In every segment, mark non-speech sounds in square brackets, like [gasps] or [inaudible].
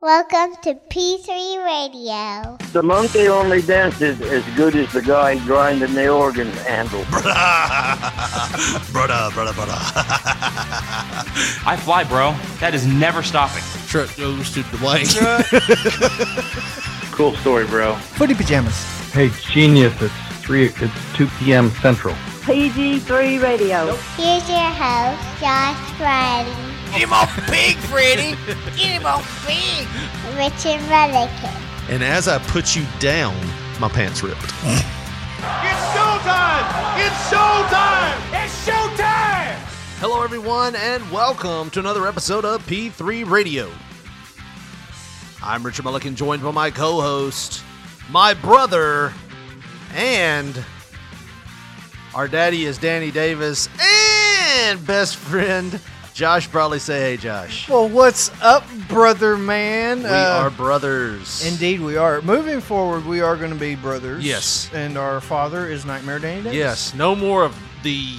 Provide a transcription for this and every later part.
Welcome to P3 Radio. The monkey only dances as good as the guy grinding the organ handle. [laughs] brother, brother, brother. I fly, bro. That is never stopping. Truck goes to the blank. [laughs] Cool story, bro. Footy pajamas. Hey, genius! It's three. It's two p.m. Central. PG3 Radio. Here's your host, Josh Friday, Get him off pig, Freddy! Get him off pig! Richard Mullican. and as I put you down, my pants ripped. It's showtime! It's showtime! It's showtime! Hello, everyone, and welcome to another episode of P3 Radio. I'm Richard Mulliken, joined by my co host, my brother, and our daddy is Danny Davis, and best friend, Josh Bradley. Say hey, Josh. Well, what's up, brother man? We are brothers. Uh, Indeed, we are. Moving forward, we are going to be brothers. Yes. And our father is Nightmare Danny Davis. Yes, no more of the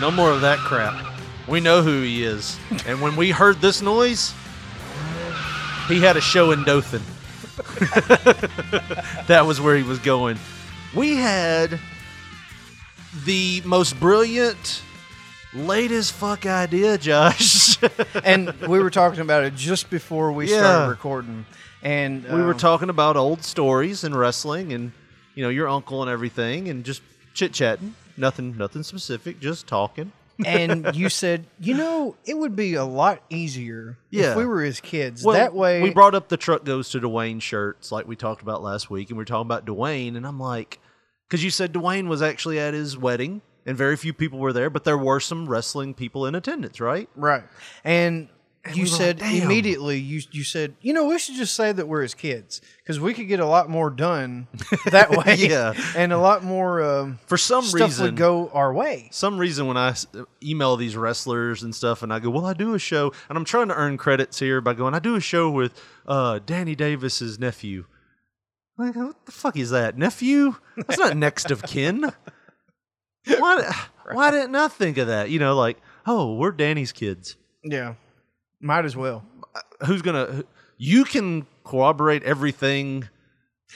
no more of that crap. We know who he is. And when we heard this noise, he had a show in Dothan. [laughs] that was where he was going. We had the most brilliant latest fuck idea, Josh. [laughs] and we were talking about it just before we Yeah. started recording. And we were um, talking about old stories and wrestling and you know, your uncle and everything and just chit-chatting. Nothing nothing specific, just talking. and you said, you know, it would be a lot easier Yeah. if we were his kids. Well, that way, we brought up the truck goes to Dwayne shirts like we talked about last week, and we are talking about Dwayne, and I'm like, because you said Dwayne was actually at his wedding, and very few people were there, but there were some wrestling people in attendance, right? right. And, you we were said like, "Damn." immediately, you you said, you know, we should just say that we're his kids because we could get a lot [laughs] more done that way. Yeah. and a lot more um, For some stuff reason, would go our way. some reason when I s- email these wrestlers and stuff, and I go, "Well, I do a show," and I'm trying to earn credits here by going, "I do a show with uh, Danny Davis's nephew." Like, what the fuck is that, nephew? That's not next of kin. Why? Why didn't I think of that? You know, like, oh, we're Danny's kids. Yeah, might as well. Who's gonna? You can corroborate everything.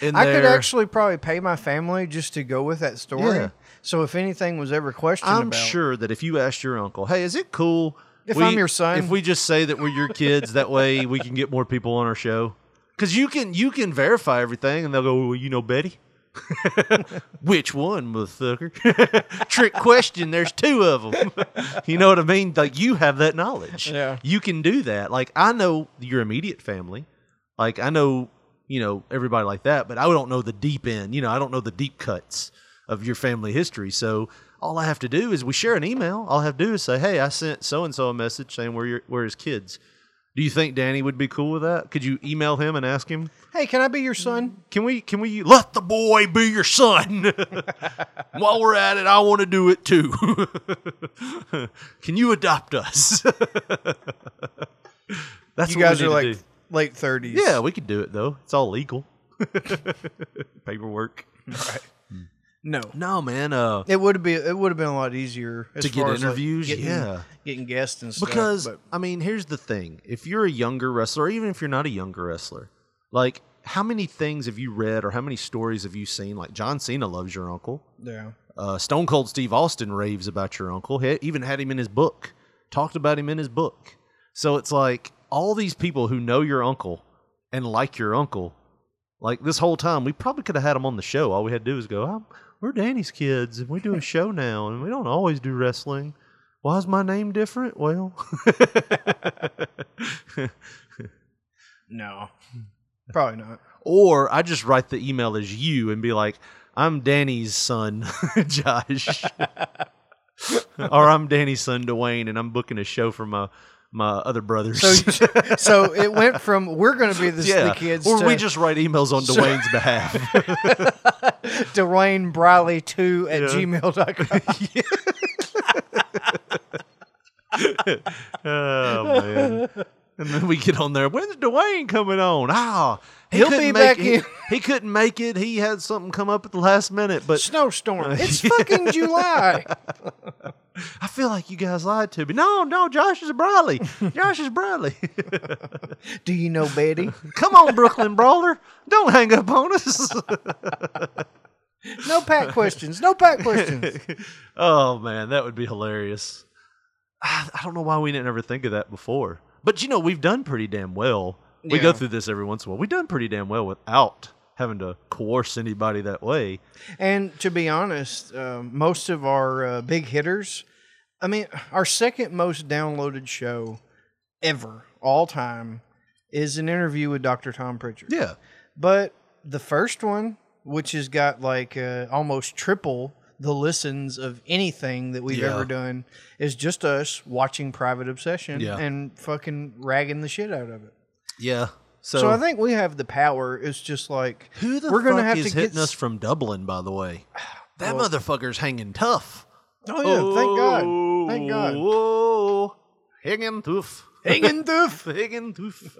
In I could there. actually probably pay my family just to go with that story. Yeah. So if anything was ever questioned, I'm about, sure that if you asked your uncle, "Hey, is it cool If I'm your son?" if we just say that we're your kids, that way we can get more people on our show?" Because you can you can verify everything, and they'll go, "Well, you know Betty." Which one, motherfucker? [laughs] Trick question. There's two of them. [laughs] you know what I mean? Like you have that knowledge. Yeah. You can do that. Like I know your immediate family. Like I know, you know, everybody like that, but I don't know the deep end. You know, I don't know the deep cuts of your family history. So all I have to do is we share an email. All I have to do is say, "Hey, I sent so and so a message saying we're your, we're his kids." Do you think Danny would be cool with that? Could you email him and ask him? Hey, can I be your son? Can we can we let the boy be your [laughs] son? While we're at it, I want to do it too. [laughs] can you adopt [laughs] us? That's you what we guys need are to like do. late thirties. yeah, we could do it though. It's all legal. Paperwork. no, No, man. Uh, it would be it would have been a lot easier as To get far as, like, interviews, getting- yeah. getting guests and stuff. because but- I mean, here's the thing: if you're a younger wrestler, or even if you're not a younger wrestler, like how many things have you read or how many stories have you seen? Like John Cena loves your uncle. yeah, Uh, Stone Cold Steve Austin raves about your uncle. He even had him in his book. Talked about him in his book. So it's like all these people who know your uncle and like your uncle. Like this whole time, we probably could have had him on the show. All we had to do was go, i "We're Danny's kids, and we do a show now, and we don't always do wrestling. Why is my name different? Well, [laughs] no, probably not. or I just write the email as you and be like, I'm Danny's son, [laughs] [laughs] Josh. or I'm Danny's son, Dwayne, and I'm booking a show for my my other brothers. [laughs] So, so it went from we're going to be this, yeah. the kids or to, we just write emails [laughs] on Dwayne's behalf. Dwayne Briley two at Yeah. [laughs] gmail.com. oh man. And then we get on there. When's Dwayne coming on? Ah, He'll couldn't be make- back he- in." He couldn't make it. He had something come up at the last minute. But Snowstorm. [laughs] It's fucking July. I feel like you guys lied to me. No, no, Josh is [laughs] Bradley. Josh is Bradley. Do you know Betty? Come on, Brooklyn Brawler. Don't hang up on us. [laughs] No pack questions. No pack questions. oh man, that would be hilarious. I, I don't know why we didn't ever think of that before. But you know, we've done pretty damn well. We go Yeah. through this every once in a while. We've done pretty damn well without having to coerce anybody that way. And to be honest, um, most of our uh, big hitters, I mean, our second most downloaded show ever, all time, is an interview with Dr. Tom Pritchard. Yeah. But the first one, which has got like uh, almost triple the listens of anything that we've Yeah. ever done, is just us watching Private Obsession Yeah. and fucking ragging the shit out of it. Yeah. So, So, I think we have the power. It's just like who the we're fuck gonna have is to hitting get us from Dublin, by the way? [sighs] That motherfucker's hanging tough. Oh yeah, thank God, thank God. Oh, hanging tough. Hanging tough. hanging tough.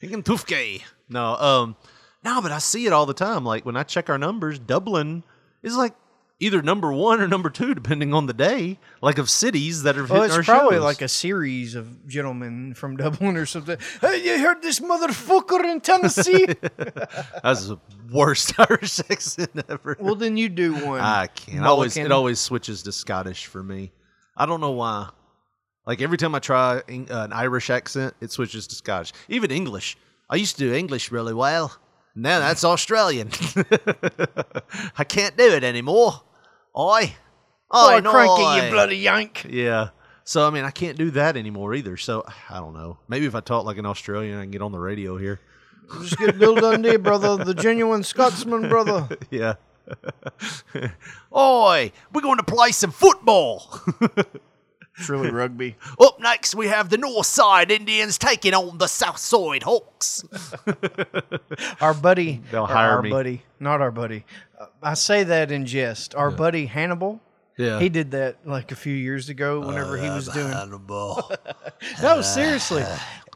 hanging tough gay. No, um, no, but I see it all the time. Like when I check our numbers, Dublin is like either number one or number two, depending on the day, like of cities that are [laughs] Well, hitting our it's probably shows. like a series of gentlemen from [laughs] Dublin or something. Hey, you heard this motherfucker [laughs] in Tennessee? That's the worst [laughs] Irish accent ever. well, then you do one. I can't. I Always it Mulligan. always switches to Scottish for me. I don't know why. Like every time I try Eng- uh, an Irish accent, it switches to Scottish. Even English. I used to do English really well. Now that's Australian. [laughs] I can't do it anymore. I, I Oh, cranky, you bloody yank. [laughs] Yeah. So I mean, I can't do that anymore either. So I don't know. Maybe if I talk like an Australian, I can get on the radio here. [laughs] Just get Bill Dundee, brother, the genuine [laughs] Scotsman, brother. Yeah. Oi, we're going to play some football. [laughs] It's really rugby. Up next, we have the North Side Indians taking on the South Side Hawks. Our buddy, They'll or hire our me. buddy, not our buddy. Uh, I say that in jest. Our buddy Hannibal. Yeah. Uh, He did that like a few years ago. Whenever he was doing Hannibal. no, Uh, [sighs] seriously,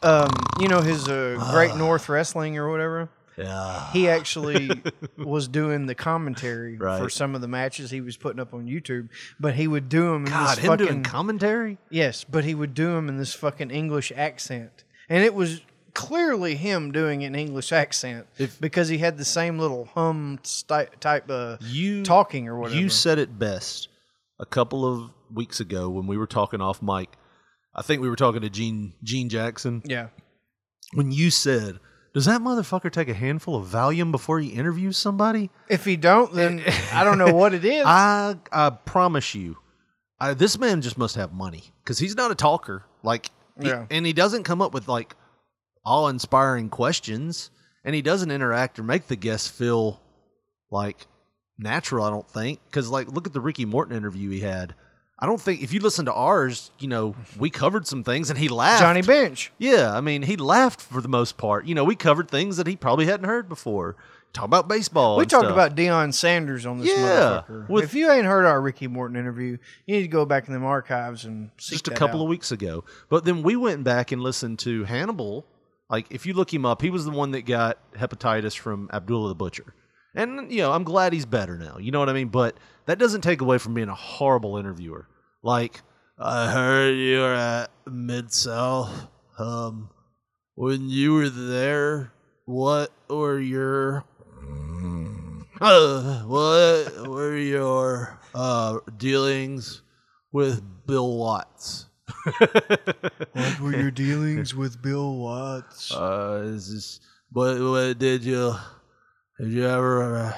um, you know his uh, Great North Wrestling or whatever. yeah. [laughs] he actually was doing the commentary Right. for some of the matches he was putting up on YouTube, but he would do them in God, this him fucking doing commentary? yes, but he would do them in this fucking English accent, and it was clearly him doing an English accent If- because he had the same little hum sty- type uh, You talking or whatever. You said it best a couple of weeks ago when we were talking off mic. I think we were talking to Gene Gene Jackson yeah, when you said, "Does that motherfucker take a handful of Valium before he interviews somebody?" if he [laughs] don't, then I don't know what it is. [laughs] I I promise you, I, this man just must have money because he's not a talker. Like, he- Yeah. and he doesn't come up with like awe-inspiring questions, and he doesn't interact or make the guests feel like natural. I don't think because like look at the Ricky Morton interview he had. I don't think if you listen to ours, you know, we covered some things and he laughed. Johnny Bench. Yeah, I mean, he laughed for the most part. You know, we covered things that he probably hadn't heard before. Talk about baseball. We and talked stuff. about Deion Sanders on this Yeah, motherfucker. with- if you ain't heard our Ricky Morton interview, you need to go back in them archives and seek just a that couple out. of weeks ago. But then we went back and listened to Hannibal. Like, if you look him up, he was the one that got hepatitis from Abdullah the Butcher. And, you know, I'm glad he's better now. You know what I mean? But that doesn't take away from being a horrible interviewer. Like, I heard you're at Mid South. Um, when you were there, what were your uh, what were your uh, dealings with Bill [laughs] Watts? What were your dealings with Bill Watts? [laughs] Uh, is this, what, what did you did you ever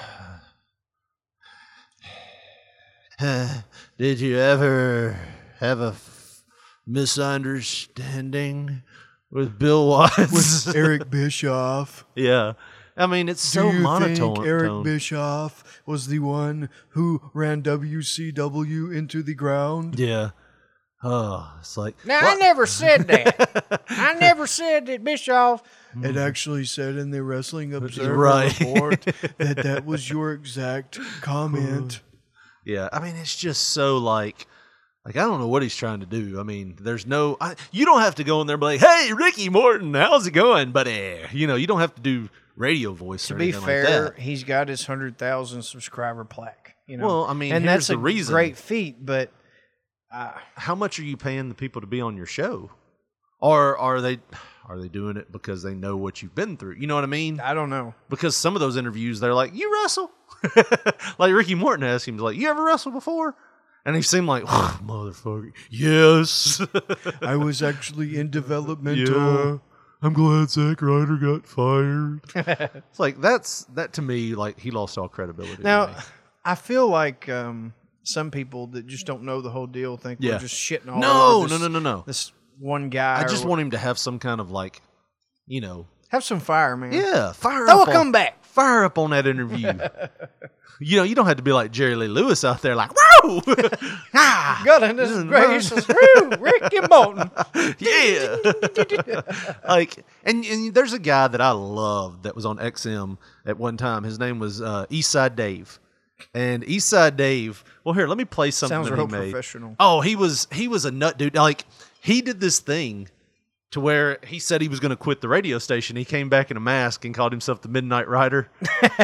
[sighs] uh, did you ever have a f- misunderstanding with Bill Watts? Eric Bischoff. [laughs] yeah, I mean it's [laughs] so Do you monotone. think Eric Bischoff was the one who ran WCW into the ground? yeah. Oh, it's like Now, I never said that. [laughs] I never said that Bischoff It actually said in the Wrestling Observer Hmm. right. [laughs] report that that was your exact comment. Yeah, I mean it's just so like Like I don't know what he's trying to do. I mean, there's no I, you don't have to go in there and be like, "Hey, Ricky Morton, how's it going, buddy?" You know, you don't have to do radio voice. To or be anything like fair, that. he's got his hundred thousand subscriber plaque. You know, Well, I mean, and here's that's the a reason. great feat, but how much are you paying the people to be on your show or are they are they doing it because they know what you've been through you know what i mean I don't know. because some of those interviews they're like you wrestle [laughs] like ricky morton asked him like you ever wrestled before and he seemed like motherfucker yes [laughs] [laughs] I was actually in Yeah. i'm glad Zack ryder got [laughs] fired it's like that's that to me like he lost all credibility to me. Now, I feel like um, some people that just don't know the whole deal think Yeah. we're just shitting all No, over this, no, no, no, no. This one guy. i or just wha- want him to have some kind of like you know have some fire, man. Yeah, fire Throw up. a on- comeback. Fire up on that [laughs] interview. you know, you don't have to be like Jerry Lee Lewis out there, like, [laughs] [laughs] whoa! ah, Goodness This is gracious, woo, Ricky [laughs] Bolton. yeah. [laughs] like, and, and there's a guy that I loved that was on XM at one time. His name was uh, Eastside Dave. And Eastside Dave, well, here, let me play something Sounds that real he made. professional. Oh, he was he was a nut dude. Like he did this thing to where he said he was going to quit the radio station. He came back in a mask and called himself the Midnight [laughs] Rider.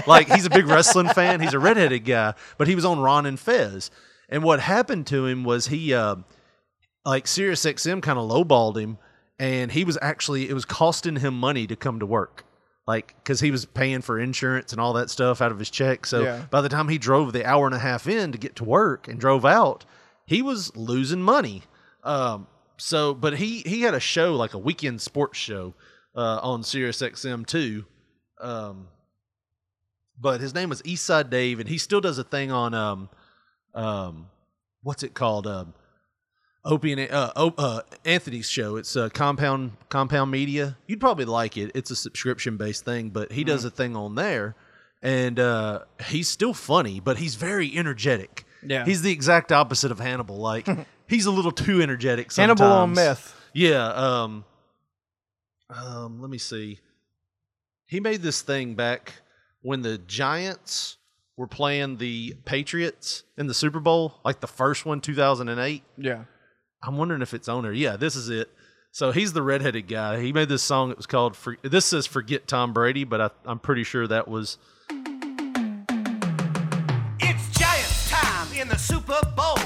like he's a big wrestling fan. He's a redheaded guy, but he was on Ron and Fez. And what happened to him was he, uh, like Sirius XM, kind of lowballed him, and he was actually it was costing him money to come to work. Like, because he was paying for insurance and all that stuff out of his check. So Yeah. by the time he drove the hour and a half in to get to work and drove out, he was losing money. Um, so, but he he had a show like a weekend sports show uh, on Sirius XM too. Um, but his name was Eastside Dave, and he still does a thing on um, um, what's it called? Um, Opie and uh, o, uh, Anthony's show. It's uh, Compound Compound Media. You'd probably like it. It's a subscription based thing, but he Mm-hmm. does a thing on there, and uh, he's still funny, but he's very energetic. Yeah. he's the exact opposite of Hannibal. [laughs] Like he's a little too energetic. Sometimes. Hannibal on meth. Yeah. Um, um, let me see. He made this thing back when the Giants were playing the Patriots in the Super Bowl, like the first one, 2008. Yeah. I'm wondering if it's on there. Yeah, this is it. So he's the redheaded guy. He made this song. It was called. For, this says "Forget Tom Brady," but I, I'm pretty sure that was. It's Giants time in the Super Bowl.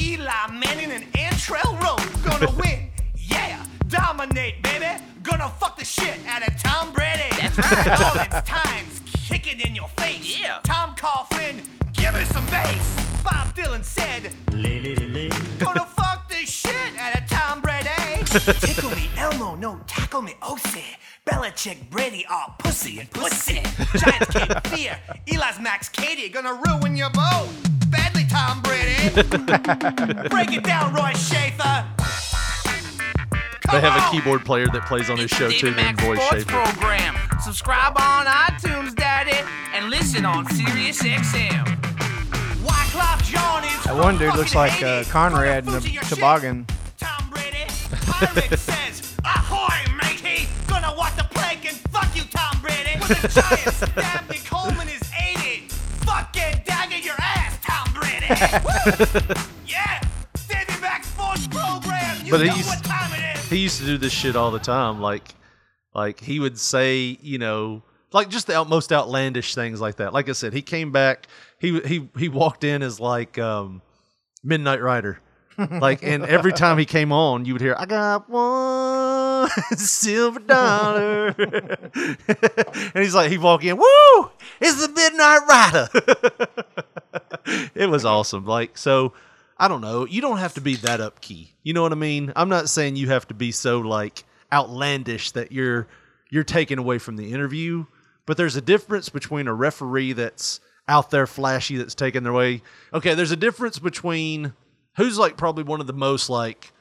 Eli Manning and Antrell Rose gonna win. Yeah, dominate, baby. Gonna fuck the shit out of Tom Brady. That's right. All its times kicking in your face. Yeah. Tom Coughlin, give us some bass. Bob Dylan said, [laughs] Gonna fuck the shit out of Tom Brady. eh? [laughs] Tickle me, Elmo, no, tackle me, Osi. Belichick, Brady, all pussy and pussy. [laughs] Giants can't fear. Eli's Max Katie, gonna ruin your boat. Badly, [laughs] Tom Brady. Break it down, Roy Schaefer. They Come have a on. keyboard player that plays on his show too, named Roy Sports Schaefer. Program. Subscribe on iTunes, Daddy, and listen on Sirius XM. Wyclef Jean is That one dude from looks fucking like uh, 80s. Conrad in Gonna a Fuji your shit. toboggan. Tom Brady, [laughs] Pirate says, ahoy, matey! Gonna walk the plank and fuck you, Tom Brady! [laughs] When the Giants stab Nick Coleman is 80, fucking dagger your ass, Tom [laughs] Brady! Woo! yeah! Davey Max Sports Program, you But know he's- what time it is! he used to do this shit all the time. Like, like he would say, you know, like just the out, most outlandish things like that. Like I said, he came back. He he he walked in as like um, Midnight Rider. Like, and every time he came on, you would hear, "I got one silver dollar," [laughs] and he's like, he walk in, "Woo! It's the Midnight Rider." it was awesome. Like, so I don't know. You don't have to be that upkey. You know what I mean? I'm not saying you have to be so like outlandish that you're you're taken away from the interview, but there's a difference between a referee that's out there flashy that's taking their way. Okay, there's a difference between who's like probably one of the most like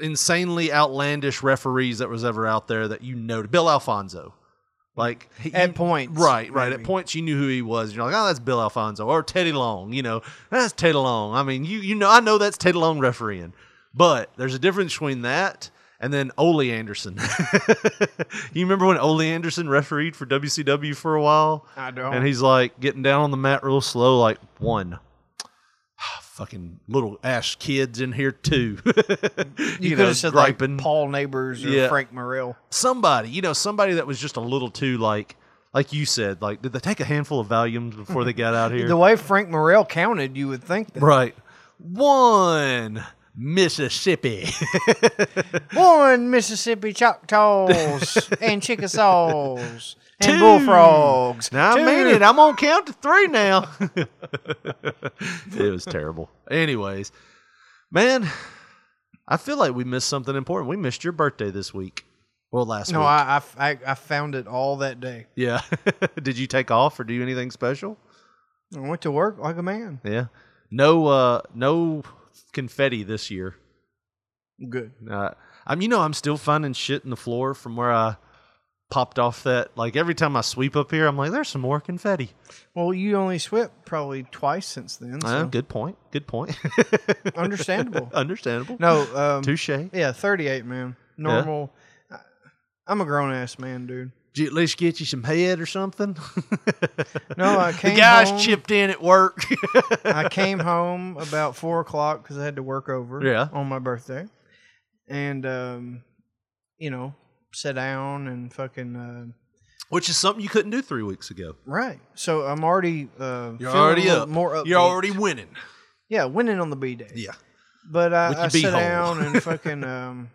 insanely outlandish referees that was ever out there that you know. Bill Alfonso. Like he, At points, Right, right. At maybe. points you knew who he was. You're like, oh, that's Bill Alfonso or Teddy Long. You know, that's Teddy Long. I mean, you you know, I know that's Teddy Long refereeing, but there's a difference between that and then Ole Anderson. [laughs] you remember when Ole Anderson refereed for WCW for a while? I don't. And he's like getting down on the mat real slow, like one. fucking little ass kids in here too. [laughs] You, you could know, have said griping. like Paul Neighbors or Yeah. Frank Morrell. somebody, you know, somebody that was just a little too like, like you said, like did they take a handful of Valiums before they got [laughs] out here? The way Frank Morrell counted, you would think that right. One Mississippi. one [laughs] Mississippi Choctaws and Chickasaws and [laughs] bullfrogs. Now I mean Two. it. I'm gonna count to three now. [laughs] it was terrible. Anyways, man, I feel like we missed something important. We missed your birthday this week. Well, last No, week. I, I, I- I found it all that day. yeah. [laughs] Did you take off or do anything special? I went to work like a man. Yeah. No. Uh. No confetti this year. Good. Uh, I'm, you know, I'm still finding shit in the floor from where I popped off that. Like every time I sweep up here, I'm like, there's some more confetti. Well, you only swept probably twice since then. So Uh, good point. Good point. [laughs] Understandable. [laughs] Understandable. No, um, Touche. yeah, 38, man. Normal. I, I'm a grown ass man, dude. Did you at least get you some head or [laughs] something? [laughs] No, I the came guys home. chipped in at work. [laughs] I came home about four o'clock because I had to work over Yeah. on my birthday, and um, you know, sit down and fucking uh, Which is something you couldn't do three weeks ago. right. So I'm already uh, You're feeling already a little up. more up. You're already winning. yeah, winning on the B day. but With I, your I sit beehole. [laughs] down and fucking um,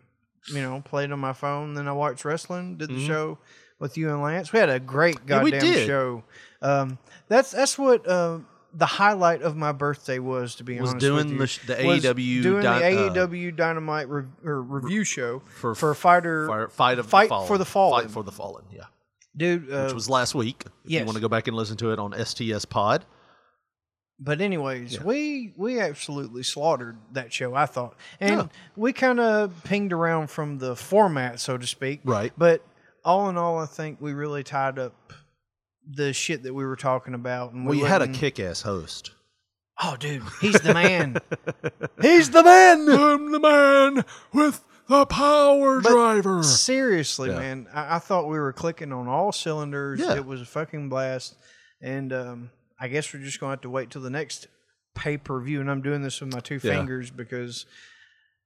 you know, played on my phone. Then I watched wrestling. Did the show with you and Lance. We had a great Mm-hmm. Yeah, we goddamn did. show. Um, that's that's what. Uh, the highlight of my birthday was, to be Was honest, with doing you, the sh- the was AEW doing Dy- uh, the AEW Dynamite re- or review show for, for- fighter Fire, fight of Fight the fallen. for the fallen. Fight for the fallen. Yeah. dude. Uh, Which was last week. If yes. you want to go back and listen to it on STS Pod. But anyways, we we absolutely slaughtered that show. I thought, and Yeah. we kind of pinged around from the format, so to speak. Right. But all in all, I think we really tied up the shit that we were talking about. And Well, we you had a letting- kick ass host. Oh, dude, he's [laughs] the man. He's the man. [laughs] I'm the man with the power But driver. Seriously, Yeah. man, I, I thought we were clicking on all cylinders. Yeah. It was a fucking blast, and um, I guess we're just gonna have to wait till the next pay per view. And I'm doing this with my two Yeah. fingers because.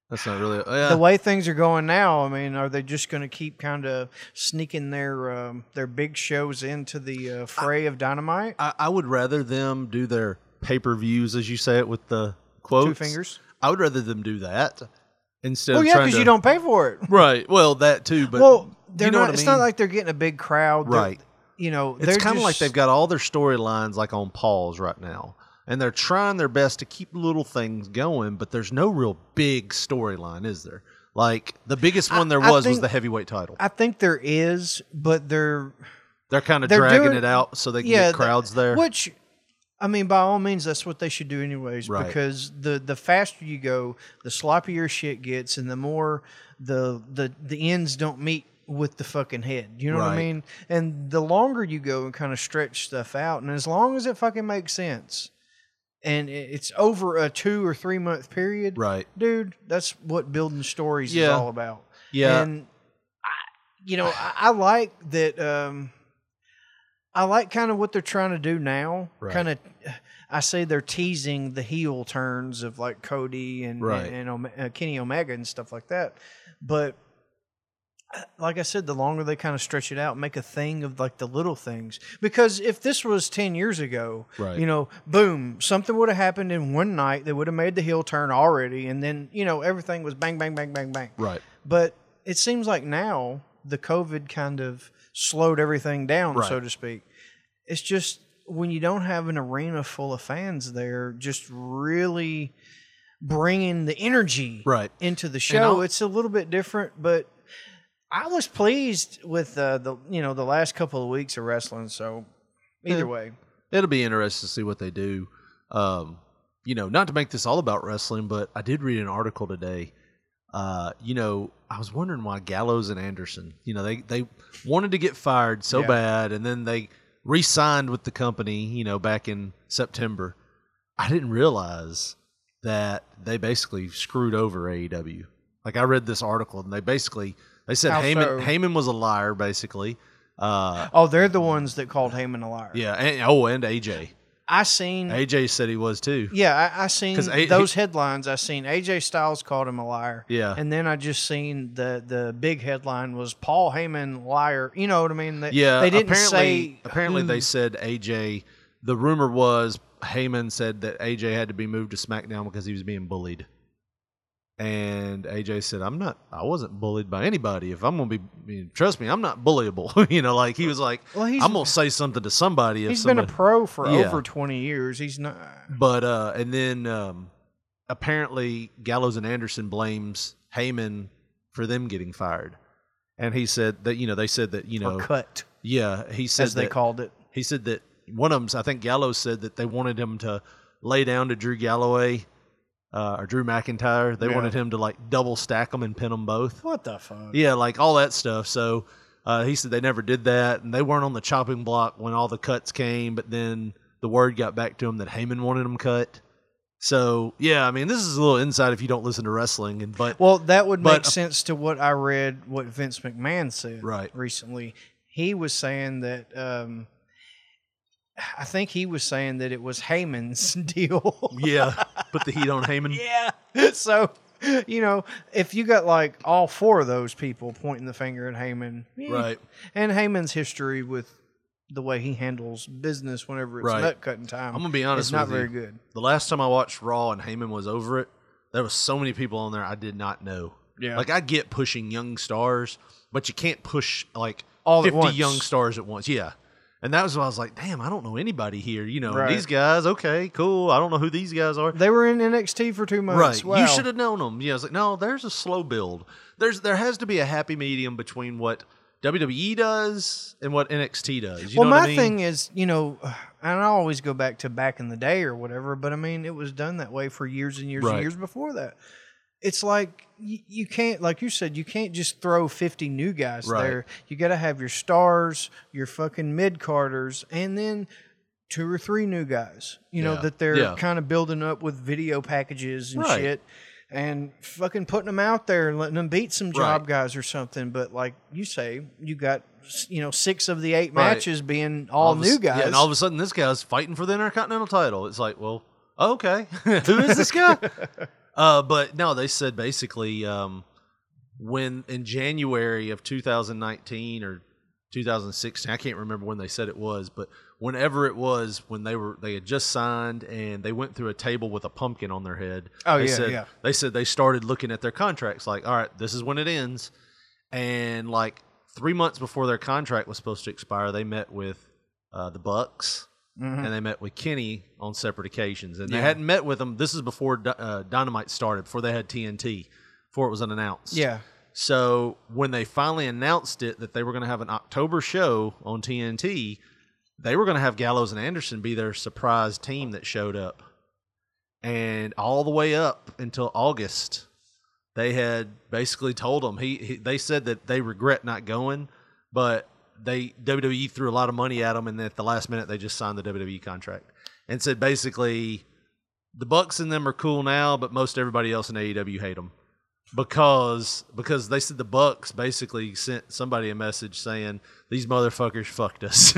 That's not really. yeah. the way things are going now, I mean, are they just going to keep kind of sneaking their um, their big shows into the uh, fray of dynamite? I, I would rather them do their pay per views, as you say it, with the quotes. Two fingers. I would rather them do that instead Well, of yeah, trying because to- you don't pay for it. Right. Well, that too. But well, they're you know not. what I It's mean? not like they're getting a big crowd, They're- Right. You know, it's they're kind of like just- they've got all their storylines like on pause right now, and they're trying their best to keep little things going, but there's no real big storyline, is there? Like the biggest one there I was was think- the heavyweight title. I think there is, but they're they're kind of they're dragging doing- it out so they can yeah get crowds there. Which, I mean, by all means, that's what they should do anyways. Right. Because the the faster you go, the sloppier shit gets, and the more the the the ends don't meet with the fucking head. You know what I Right. mean? And the longer you go and kind of stretch stuff out, and as long as it fucking makes sense. And i- it's over a two or three month period, Right. dude? That's what building stories is Yeah. all about. Yeah. and you know, I, I like that. Um, I like kind of what they're trying to do now. Right. Kind of, I say they're teasing the heel turns of like Cody and Right. and, Ome- uh, Kenny Omega and stuff like that. But uh, like I said, the longer they kind of stretch it out, make a thing of like the little things. Because if this was ten years ago, Right. you know, boom, something would have happened in one night that would have made the heel turn already, and then you know everything was bang, bang, bang, bang, bang. right. But it seems like now the COVID kind of slowed everything down, Right. so to speak. It's just when you don't have an arena full of fans there, just really bringing the energy Right. into the I'll- show. It's a little bit different, but I was pleased with uh, the you know the last couple of weeks of wrestling. So either Yeah. way, it'll be interesting to see what they do. Um, you know, not to make this all about wrestling, but I did read an article today. Uh, you know, I was wondering why Gallows and Anderson, you know, they they wanted to get fired so Yeah. bad, and then they re-signed with the company. You know, back in September, I didn't realize that they basically screwed over AEW. Like I read this article, and they basically they said How Heyman so? Heyman was a liar, basically. Uh, oh, they're the ones that called Heyman a liar. yeah, and, oh, and AJ. I seen AJ said he was too. Mm-hmm. Yeah, I, I seen 'Cause A- those headlines. I seen AJ Styles called him a liar. Yeah. and then I just seen the the big headline was Paul Heyman liar. You know what I mean? They, Yeah, they didn't apparently, say apparently who- they said AJ. The rumor was Heyman said that AJ had to be moved to SmackDown because he was being bullied, and AJ said, "I'm not. I wasn't bullied by anybody. If I'm gonna be, I mean, trust me, I'm not bullyable. [laughs] you know, like he was like, Well, he's- I'm gonna say something to somebody. If He's been somebody, a pro for Yeah. over twenty years. He's not. But uh, and then um, apparently Gallows and Anderson blames Heyman for them getting fired, and he said that you know they said that you know Or cut, yeah he said as they that- called it. he said that one of them's I think Gallows said that they wanted him to lay down to Drew Galloway uh, or Drew McIntyre. They Yeah. wanted him to like double stack them and pin them both. What the fuck? Yeah, like all that stuff. So uh, he said they never did that, and they weren't on the chopping block when all the cuts came. But then the word got back to him that Heyman wanted him cut. So yeah, I mean this is a little insight if you don't listen to wrestling, and but Well, that would But- make sense to what I read. What Vince McMahon said Right. recently, he was saying that. Um, I think he was saying that it was Heyman's [laughs] deal. yeah, put the heat on Heyman. [laughs] Yeah. So, you know, if you got like all four of those people pointing the finger at Heyman, eh, Right. And Heyman's history with the way he handles business whenever it's Right. nut cutting time. I'm gonna be honest It's not with very you. good. The last time I watched Raw and Heyman was over it, there was so many people on there I did not know. Yeah. Like I get pushing young stars, but you can't push like All at 50 once. young stars at once. Yeah. And that was why I was like, damn, I don't know anybody here. You know, and Right. these guys, okay, cool. I don't know who these guys are. They were in NXT for two Right. months. Wow. You should have known them. Yeah. I was like, no, there's a slow build. There's there has to be a happy medium between what WWE does and what NXT does. You well, know my what I mean? thing is, you know, [sighs] and I always go back to back in the day or whatever, but I mean, it was done that way for years and years Right. and years before that. It's like you, you can't, like you said, you can't just throw 50 new guys Right. there. You got to have your stars, your fucking mid carders, and then two or three new guys, you Yeah. know, that they're Yeah. kind of building up with video packages and Right. shit. And fucking putting them out there and letting them beat some job guys or something. But like you say, you got you know six of the eight Right. matches being all, of a new s- guys. Yeah, and all of a sudden, this guy's fighting for the Intercontinental title. It's like, well, okay, [laughs] who is this [laughs] guy? uh, but no, they said basically um, when in January of 2019 or 2016, I can't remember when they said it was, but whenever it was, when they were they had just signed and they went through a table with a pumpkin on their head. Oh, they yeah, said, yeah. They said they started looking at their contracts, like, all right, this is when it ends, and like. Three months before their contract was supposed to expire, they met with uh, the Bucks, and they met with Kenny on separate occasions. And they hadn't met with him. This is before Dy- uh, Dynamite started, before they had TNT, before it was unannounced. yeah, So when they finally announced it that they were going to have an October show on TNT, they were going to have Gallows and Anderson be their surprise team that showed up. And all the way up until August, they had basically told him he, he they said that they regret not going, but they WWE threw a lot of money at him and at the last minute they just signed the WWE contract and said basically the Bucks and them are cool now, but most everybody else in AEW hate them because because they said the Bucks basically sent somebody a message saying these motherfuckers fucked us.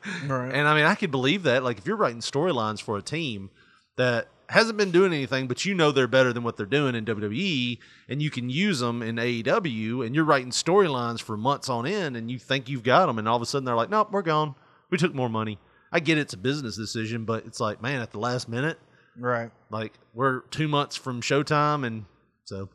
[laughs] And I mean, I could believe that. Like, if you're writing storylines for a team that hasn't been doing anything, but you know they're better than what they're doing in WWE, and you can use them in AEW, and you're writing storylines for months on end, and you think you've got them, and all of a sudden they're like, nope, we're gone. We took more money. I get it's a business decision, but it's like, man, at the last minute, right. like we're two months from showtime, and so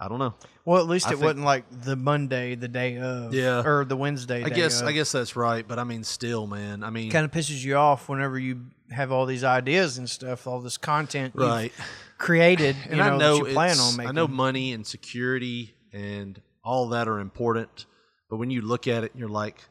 I don't know. Well, at least I it think- wasn't like the Monday, the day of, Yeah. or the Wednesday. I day guess of. I guess that's right, but I mean, still, man. I mean, kind of pisses you off whenever you have all these ideas and stuff, all this content you've right. created, And you know, I that know you plan it's- on making. I know money and security and all that are important, but when you look at it, you're like,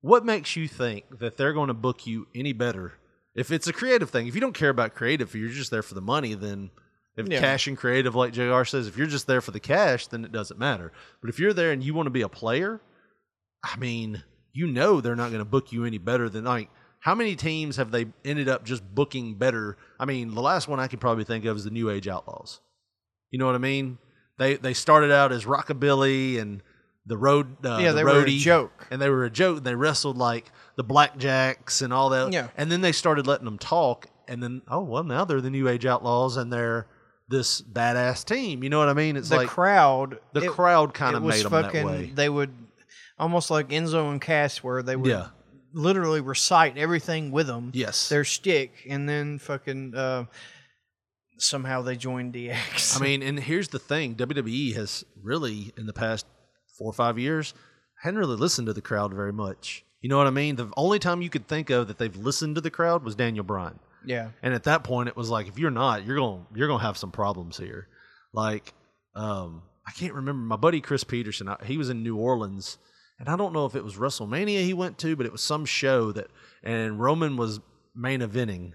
what makes you think that they're going to book you any better? If it's a creative thing, if you don't care about creative, if you're just there for the money, then if Yeah. cash and creative, like JR says, if you're just there for the cash, then it doesn't matter. But if you're there and you want to be a player, I mean, you know they're not going to book you any better than like how many teams have they ended up just booking better? I mean, the last one I could probably think of is the New Age Outlaws. You know what I mean? They they started out as rockabilly and the road. Uh, Yeah, the they were a roadie, joke. and they were a joke. And they wrestled like the blackjacks and all that. Yeah. and then they started letting them talk. And then oh well, now they're the New Age Outlaws, and they're this badass team. You know what I mean? It's the like crowd, the it- crowd kind it of was made them fucking, that way. They would almost like Enzo and Cass, where they would Yeah. literally recite everything with them. Yes. their stick, and then fucking uh, somehow they joined DX. [laughs] I mean, and here's the thing: WWE has really, in the past four or five years, hadn't really listened to the crowd very much. You know what I mean? The only time you could think of that they've listened to the crowd was Daniel Bryan, yeah, and at that point, it was like, if you're not, you're gonna you're gonna have some problems here. Like, um, I can't remember my buddy Chris Peterson. I, he was in New Orleans, and I don't know if it was WrestleMania he went to, but it was some show that, and Roman was main eventing.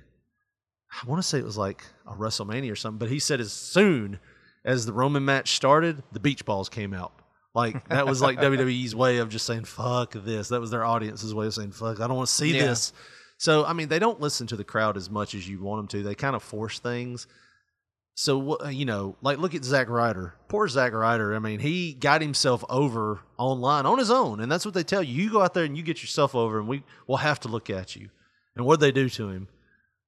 I want to say it was like a WrestleMania or something, but he said as soon as the Roman match started, the beach balls came out. Like that was like WWE's way of just saying "fuck this." That was their audience's way of saying "fuck." I don't want to see Yeah. this. So I mean, they don't listen to the crowd as much as you want them to. They kind of force things. So wha- uh, you know, like look at Zack Ryder. Poor Zack Ryder. I mean, he got himself over online on his own, and that's what they tell you. You go out there and you get yourself over, and we will have to look at you. And what did they do to him?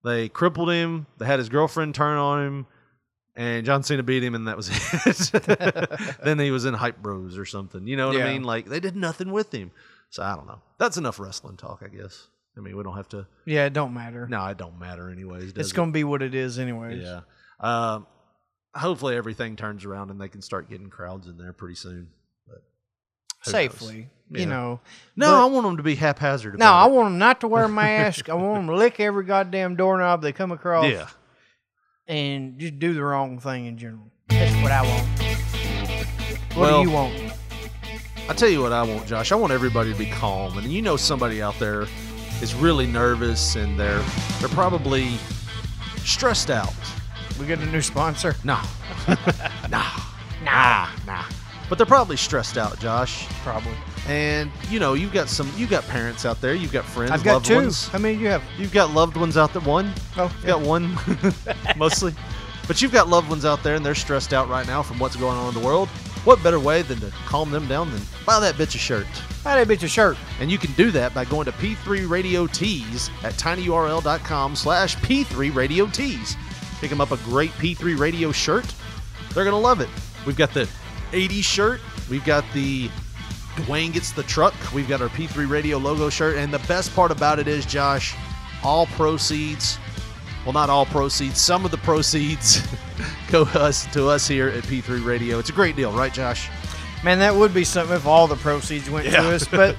They crippled him. They had his girlfriend turn on him, and John Cena beat him, and that was [laughs] it. [laughs] then he was in Hype Bros or something. You know what I Yeah. mean? Like they did nothing with him. So I don't know. That's enough wrestling talk, I guess. I mean, we don't have to. yeah, it don't matter. No, it don't matter anyways. does it's it? gonna be what it is, anyways. Yeah. Um, hopefully everything turns around and they can start getting crowds in there pretty soon. But who knows? safely. Yeah. You know, No, But- I want them to be haphazard. No, I about it. want them not to wear [laughs] a mask. I want them to lick every goddamn doorknob they come across. Yeah. And just do the wrong thing in general. That's what I want. What Well- do you want? I tell you what I want, Josh. I want everybody to be calm, and you know somebody out there is really nervous and they're they're probably stressed out. We got a new sponsor. Nah, [laughs] nah, nah, nah. But they're probably stressed out, Josh. Probably. And you know you've got some you've got parents out there, you've got friends, I've got loved two. ones. How many do you have? You've got loved ones out there. One. Oh, You've got one [laughs] mostly. But you've got loved ones out there and they're stressed out right now from what's going on in the world. What better way than to calm them down than buy that bitch a shirt? Buy that bitch a shirt. And you can do that by going to P3 Radio Tees at tinyurl.com slash P3 Radio Tees. Pick them up a great P3 Radio shirt. They're going to love it. We've got the 80s shirt. We've got the Dwayne gets the truck. We've got our P3 Radio logo shirt. And the best part about it is, Josh, all proceeds, well, not all proceeds, some of the proceeds [laughs] go us, to us here at P3 Radio. It's a great deal, right, Josh? Man, that would be something if all the proceeds went to us. But,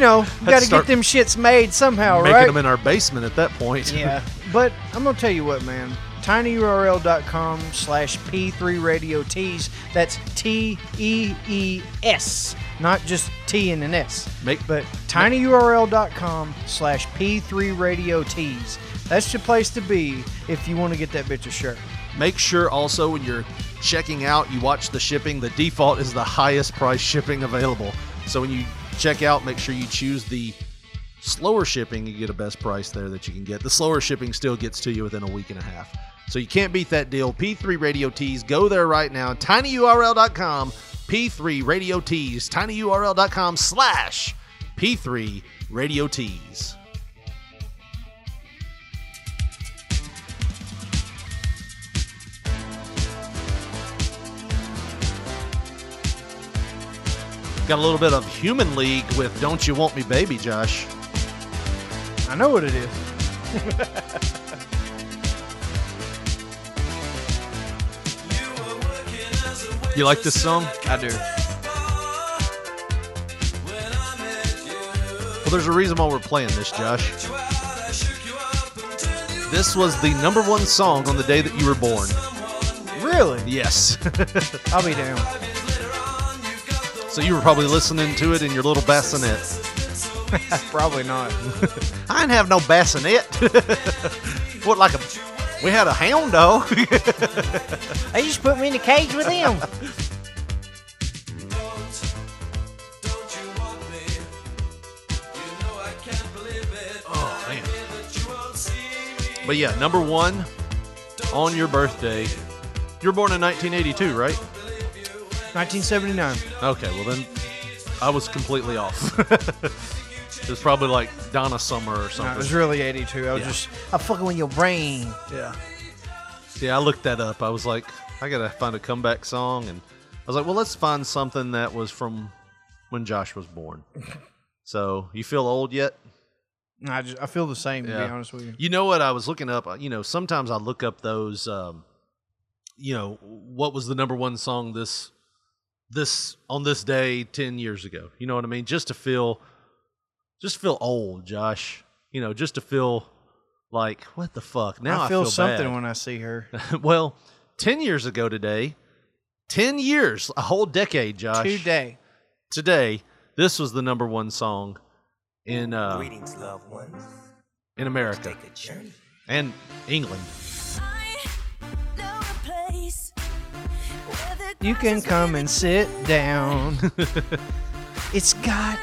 [laughs] know, you got Let's to get start them shits made somehow, Making right? them in our basement at that [laughs] point. yeah. But I'm going to tell you what, man. tinyurl.com slash P3 Radio Tees. That's T E E S, not just T and an S. Make- but tinyurl.com slash P3 Radio Tees. That's your place to be if you want to get that bitch a shirt. Make sure also when you're checking out, you watch the shipping. The default is the highest price shipping available. So when you check out, make sure you choose the slower shipping. You get a best price there that you can get. The slower shipping still gets to you within a week and a half. So you can't beat that deal. P3 Radio Tees, go there right now. tinyurl.com, P3 Radio Tees, tinyurl.com slash P3 Radio Tees. Got a little bit of Human League with Don't You Want Me Baby, Josh. I know what it is. You like this song? I do. Well, there's a reason why we're playing this, Josh. This was the number one song on the day that you were born. Really? Yes. [laughs] I'll be down. so you were probably listening to it in your little bassinet. Probably not. I didn't have no bassinet. [laughs] what, like a. We had a hound dog. [laughs] [laughs] They just put me in the cage with them. oh, man. But yeah, number one on your birthday. You were born in 1982, right? 1979. Okay, well then I was completely off. [laughs] it was probably like Donna Summer or No, it something. was really 82. I was Yeah. just, I'm fucking with your brain. yeah. Yeah, I looked that up. I was like, I gotta find a comeback song, and I was like, well, let's find something that was from when Josh was [laughs] born. so, you feel old yet? And I just, I feel the same, to Yeah. be honest with you. You know what I was looking up? Uh, You know, sometimes I look up those. Um, you know, what was the number one song this this on this day ten years ago? You know what I mean? Just to feel, just feel old, Josh. You know, just to feel like what the fuck. Now I, I feel, something bad. when I see [laughs] her. [laughs] well, ten years ago today, ten years, a whole decade, Josh. Today. Today, this was the number one song in uh, Greetings, loved ones. in America a journey. and England. [laughs] You can come and sit [laughs] down. it's got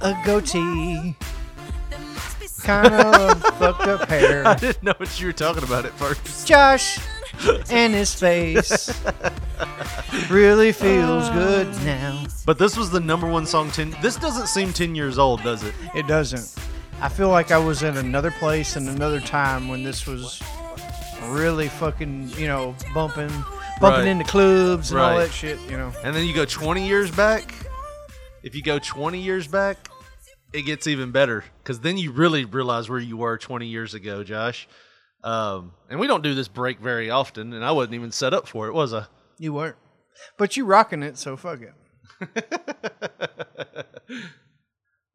a goatee. Kind of [laughs] fucked up I hair. didn't know what you were talking about at [laughs] first. Josh and his face really feels good now. But this was the number one song. Ten. This doesn't seem ten years old, does it? It doesn't. I feel like I was in another place and another time when this was really fucking, you know, bumping, bumping Right. into clubs and all Right. that shit. You know, And then you go twenty years back. If you go twenty years back, it gets even better because then you really realize where you were twenty years ago, Josh. Um, and we don't do this break very often, and I wasn't even set up for it, was I? you weren't, but you rocking it, so fuck it.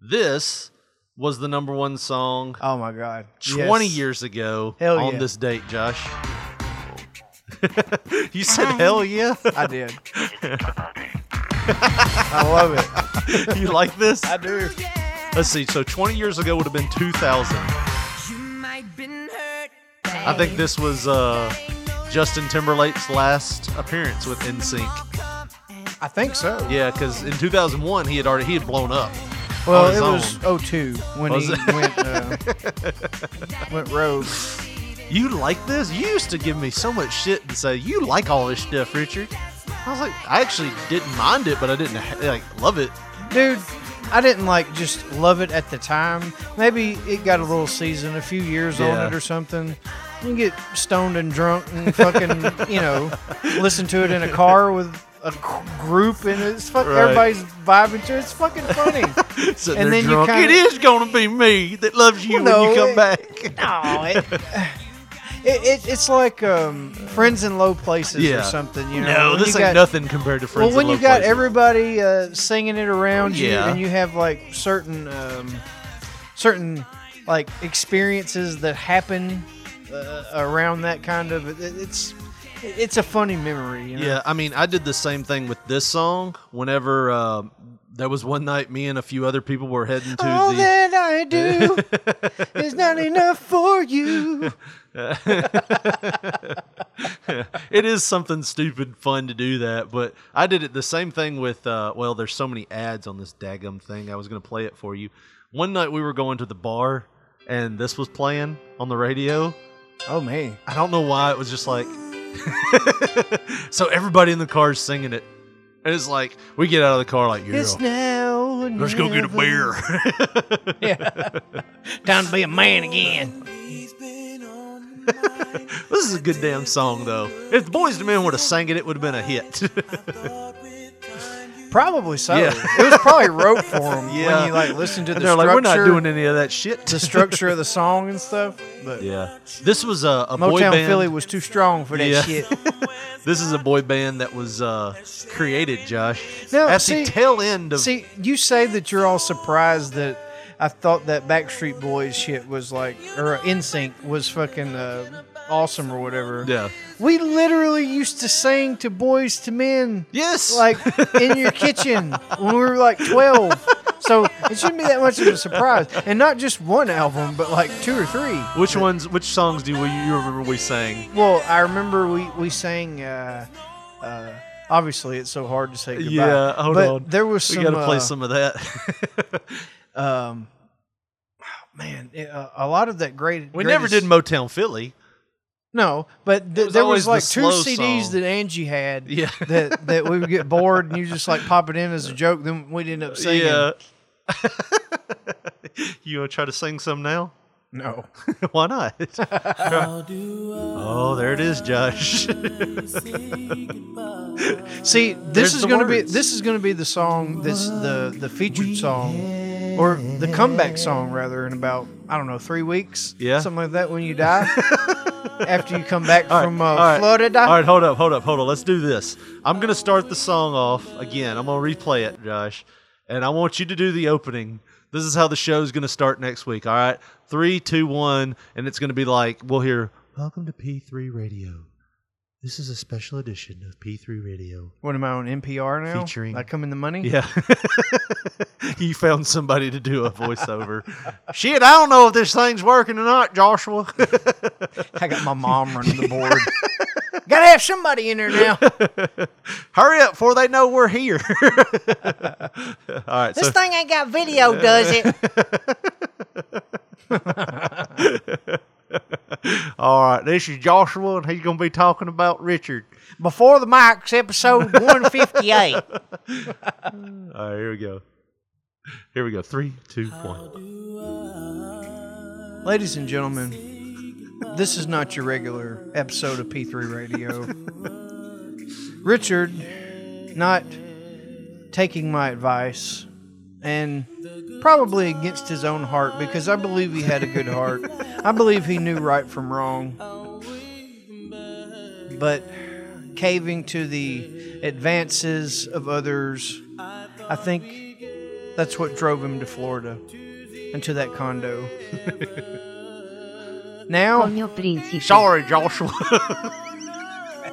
This was the number one song Oh my god, twenty Yes. years ago Hell on yeah. this date, Josh. [laughs] you said hell yeah. I did. I love it. you like this? [laughs] I do. Let's see. So 20 years ago would have been 2000. I think this was uh, Justin Timberlake's last appearance with NSYNC. I think so. Yeah, because in 2001 he had already he had blown up. well, on his it own. was 02 when Was he it? went [laughs] uh, went rogue. You like this? You used to give me so much shit and say you like all this stuff, Richard. I was like, I actually didn't mind it, but I didn't like love it. dude i didn't like just love it at the time maybe it got a little season a few years Yeah. on it or something you can get stoned and drunk and [laughs] fucking you know listen to it in a car with a g- group and it's fuck, Right. everybody's vibing to it. it's fucking funny [laughs] Sitting And there then you drunk. kinda- It is gonna be me that loves you Well, when you no, come it- back. [laughs] no [laughs] it, [sighs] it, it it's like um, friends in low places Yeah. or something you know No, When this you ain't got- nothing compared to friends. well, when in you Low got Places. everybody uh, singing it around Yeah. you, and you have like certain, um, certain like experiences that happen uh, around that kind of, it, it's it's a funny memory. You know? Yeah, I mean, I did the same thing with this song. Whenever um there was one night, me and a few other people were heading to All the. that I [laughs] do is not enough for you. [laughs] It is something stupid fun to do that, but I did it the same thing with. Uh, well, there's so many ads on this daggum thing. I was going to play it for you. One night we were going to the bar, and this was playing on the radio. Oh man, I don't know why it was just like. [laughs] so everybody in the car is singing it, and it's like we get out of the car like, yeah, it's now. or let's go get a never. beer. [laughs] Time to be a man again. This is a good damn song, though. If the Boys to Men would have sang it, it would have been a hit. [laughs] Probably so. Yeah. It was probably wrote for him Yeah. when you like listen to the and they're structure. like, we're not doing any of that shit. [laughs] the structure of the song and stuff. But yeah, this was a, a boy Motown band. Philly was too strong for that Yeah. [laughs] shit. this is a boy band that was uh, created, Josh, Now, at see- the tail end of. See, you say that you're all surprised that I thought that Backstreet Boys shit was like, or NSYNC was fucking uh, awesome or whatever. yeah. We literally used to sing to Boys to Men, Yes. [laughs] like in your kitchen when we were like 12. So it shouldn't be that much of a surprise. And not just one album, but like two or three. which ones? Which songs do we, you remember we sang? Well, I remember we we sang. Uh, uh, obviously, it's so hard to say goodbye. Yeah, hold but on. There was We some. got to play uh, some of that. [laughs] Um, oh, man, it- uh, a lot of that great. we never did greatest- Motown Philly. No, but It th- was there always was the like slow two CDs song. that Angie had [laughs] Yeah. that, that we would get bored and you just like pop it in as a joke. Then we'd end up [laughs] singing. you want to try to sing some now? [laughs] No. [laughs] Why not? oh, there it is, Josh. [laughs] See, this There's is the gonna be words. this is gonna be the song this the the featured song or the comeback song rather in about I don't know three weeks Yeah. something like that when you [laughs] die after you come back All from right, uh, all right. Florida. All right, hold up, hold up, hold on. Let's do this. I'm gonna start the song off again. I'm gonna replay it, Josh, and I want you to do the opening. This is how the show's gonna start next week. All right, three, two, one, and it's gonna be like we'll hear "Welcome to P3 Radio." This is a special edition of P3 Radio. What am I on NPR now? Featuring- I come in the money. Yeah. you found somebody to do a voiceover. [laughs] Shit, I don't know if this thing's working or not, Joshua. [laughs] I got my mom running the board. Gotta have somebody in there [laughs] now. Hurry up before they know we're here. [laughs] All right. so, thing ain't got video, does [laughs] it? all right. This is Joshua, and he's going to be talking about Richard. Before the mics, episode one fifty eight. All right. Here we go. Here we go. Three, two, one. Ladies and gentlemen, this is not your regular episode of P3 Radio. [laughs] Richard, not taking my advice, and probably against his own heart because I believe he had a good heart. I believe he knew right from wrong. But caving to the advances of others, I think that's what drove him to Florida and to that condo. now, Sorry, Joshua. [laughs]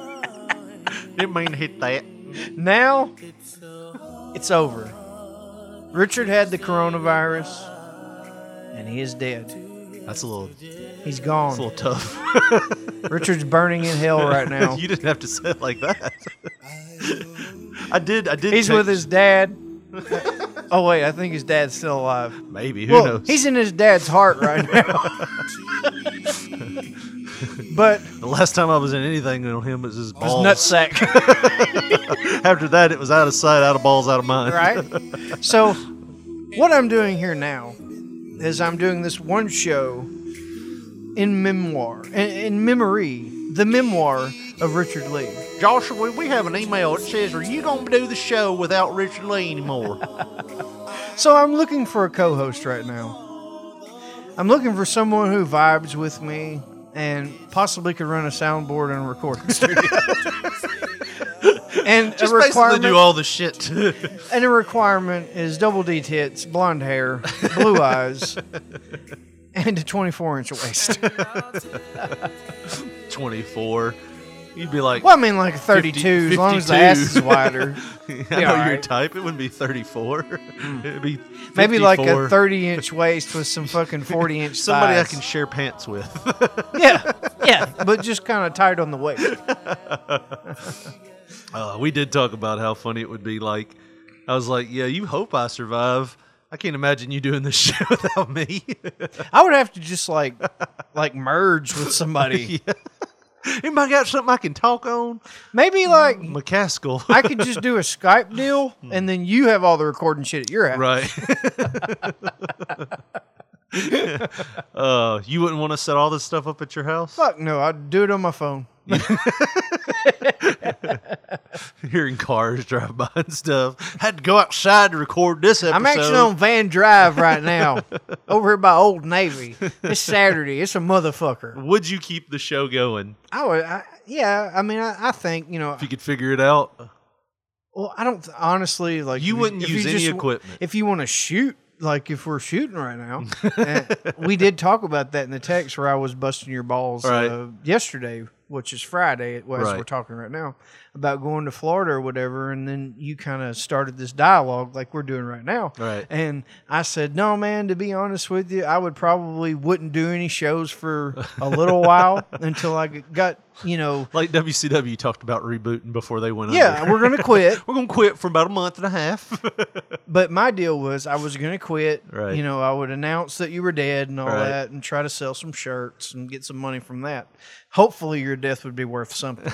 Didn't mean to hit that. now it's over. Richard had the coronavirus and he is dead. That's a little, that's He's a little [laughs] gone. tough. Richard's burning in hell right now. [laughs] you didn't have to say it like that. [laughs] I did. I did. He's take- with his dad. Oh wait, I think his dad's still alive. Maybe. Who well, knows? he's in his dad's heart right [laughs] now. but The last time I was in anything on him was his his balls. nutsack, After that, it was out of sight, out of balls, out of mind. right? So what I'm doing here now is I'm doing this one show in memoir, in, in memory, the memoir of Richard Lee. Joshua, we have an email that says, "Are you gonna do the show without Richard Lee anymore?" So I'm looking for a co-host right now. I'm looking for someone who vibes with me and possibly could run a soundboard and a [laughs] recording [laughs] studio. and Just a basically requirement do all the shit. and a requirement is double D tits, blonde hair, blue [laughs] eyes, and a 24 inch waist. [laughs] [laughs] Twenty-four. You'd be like, Well, I mean like a 32 as long as the 52. ass is wider. [laughs] I yeah, know your alright. type. It wouldn't be thirty-four. [laughs] It'd be Maybe like a 54. 30 inch waist with some fucking 40 [laughs] inch Somebody I thighs. can share pants with. [laughs] yeah, yeah, but just kind of tight on the waist. Uh, we did talk about how funny it would be. Like, I was like, "Yeah, you hope I survive." I can't imagine you doing this [laughs] show without me. I would have to just like like merge [laughs] with somebody. Anybody got something I can talk on? Maybe like Hmm. McCaskill. I could just do a Skype deal and then you have all the recording shit at your house. Right. uh, you wouldn't want to set all this stuff up at your house? Fuck no, I'd do it on my phone. Hearing cars drive by and stuff. Had to go outside to record this episode. I'm actually on Van Drive right now. over here by Old Navy. It's Saturday. It's a motherfucker. Would you keep the show going I would I, yeah, I mean I, I think, you know if you could figure it out? well I don't honestly like You if wouldn't if use any just- equipment. If you want to shoot like if we're shooting right now, [laughs] and we did talk about that in the text where I was busting your balls Right. uh, yesterday, which is Friday. It was Right. we're talking right now. about going to Florida or whatever, and then you kind of started this dialogue like we're doing right now. Right. And I said, no, man, to be honest with you, I would probably wouldn't do any shows for a [laughs] little while until I g- got, you know, Like WCW talked about rebooting before they went yeah, under. we're going to quit. [laughs] we're going to quit for about a month and a [laughs] half. But my deal was I was going to quit. Right. You know, I would announce that you were dead and all Right. that and try to sell some shirts and get some money from that. Hopefully your death would be [laughs] worth something.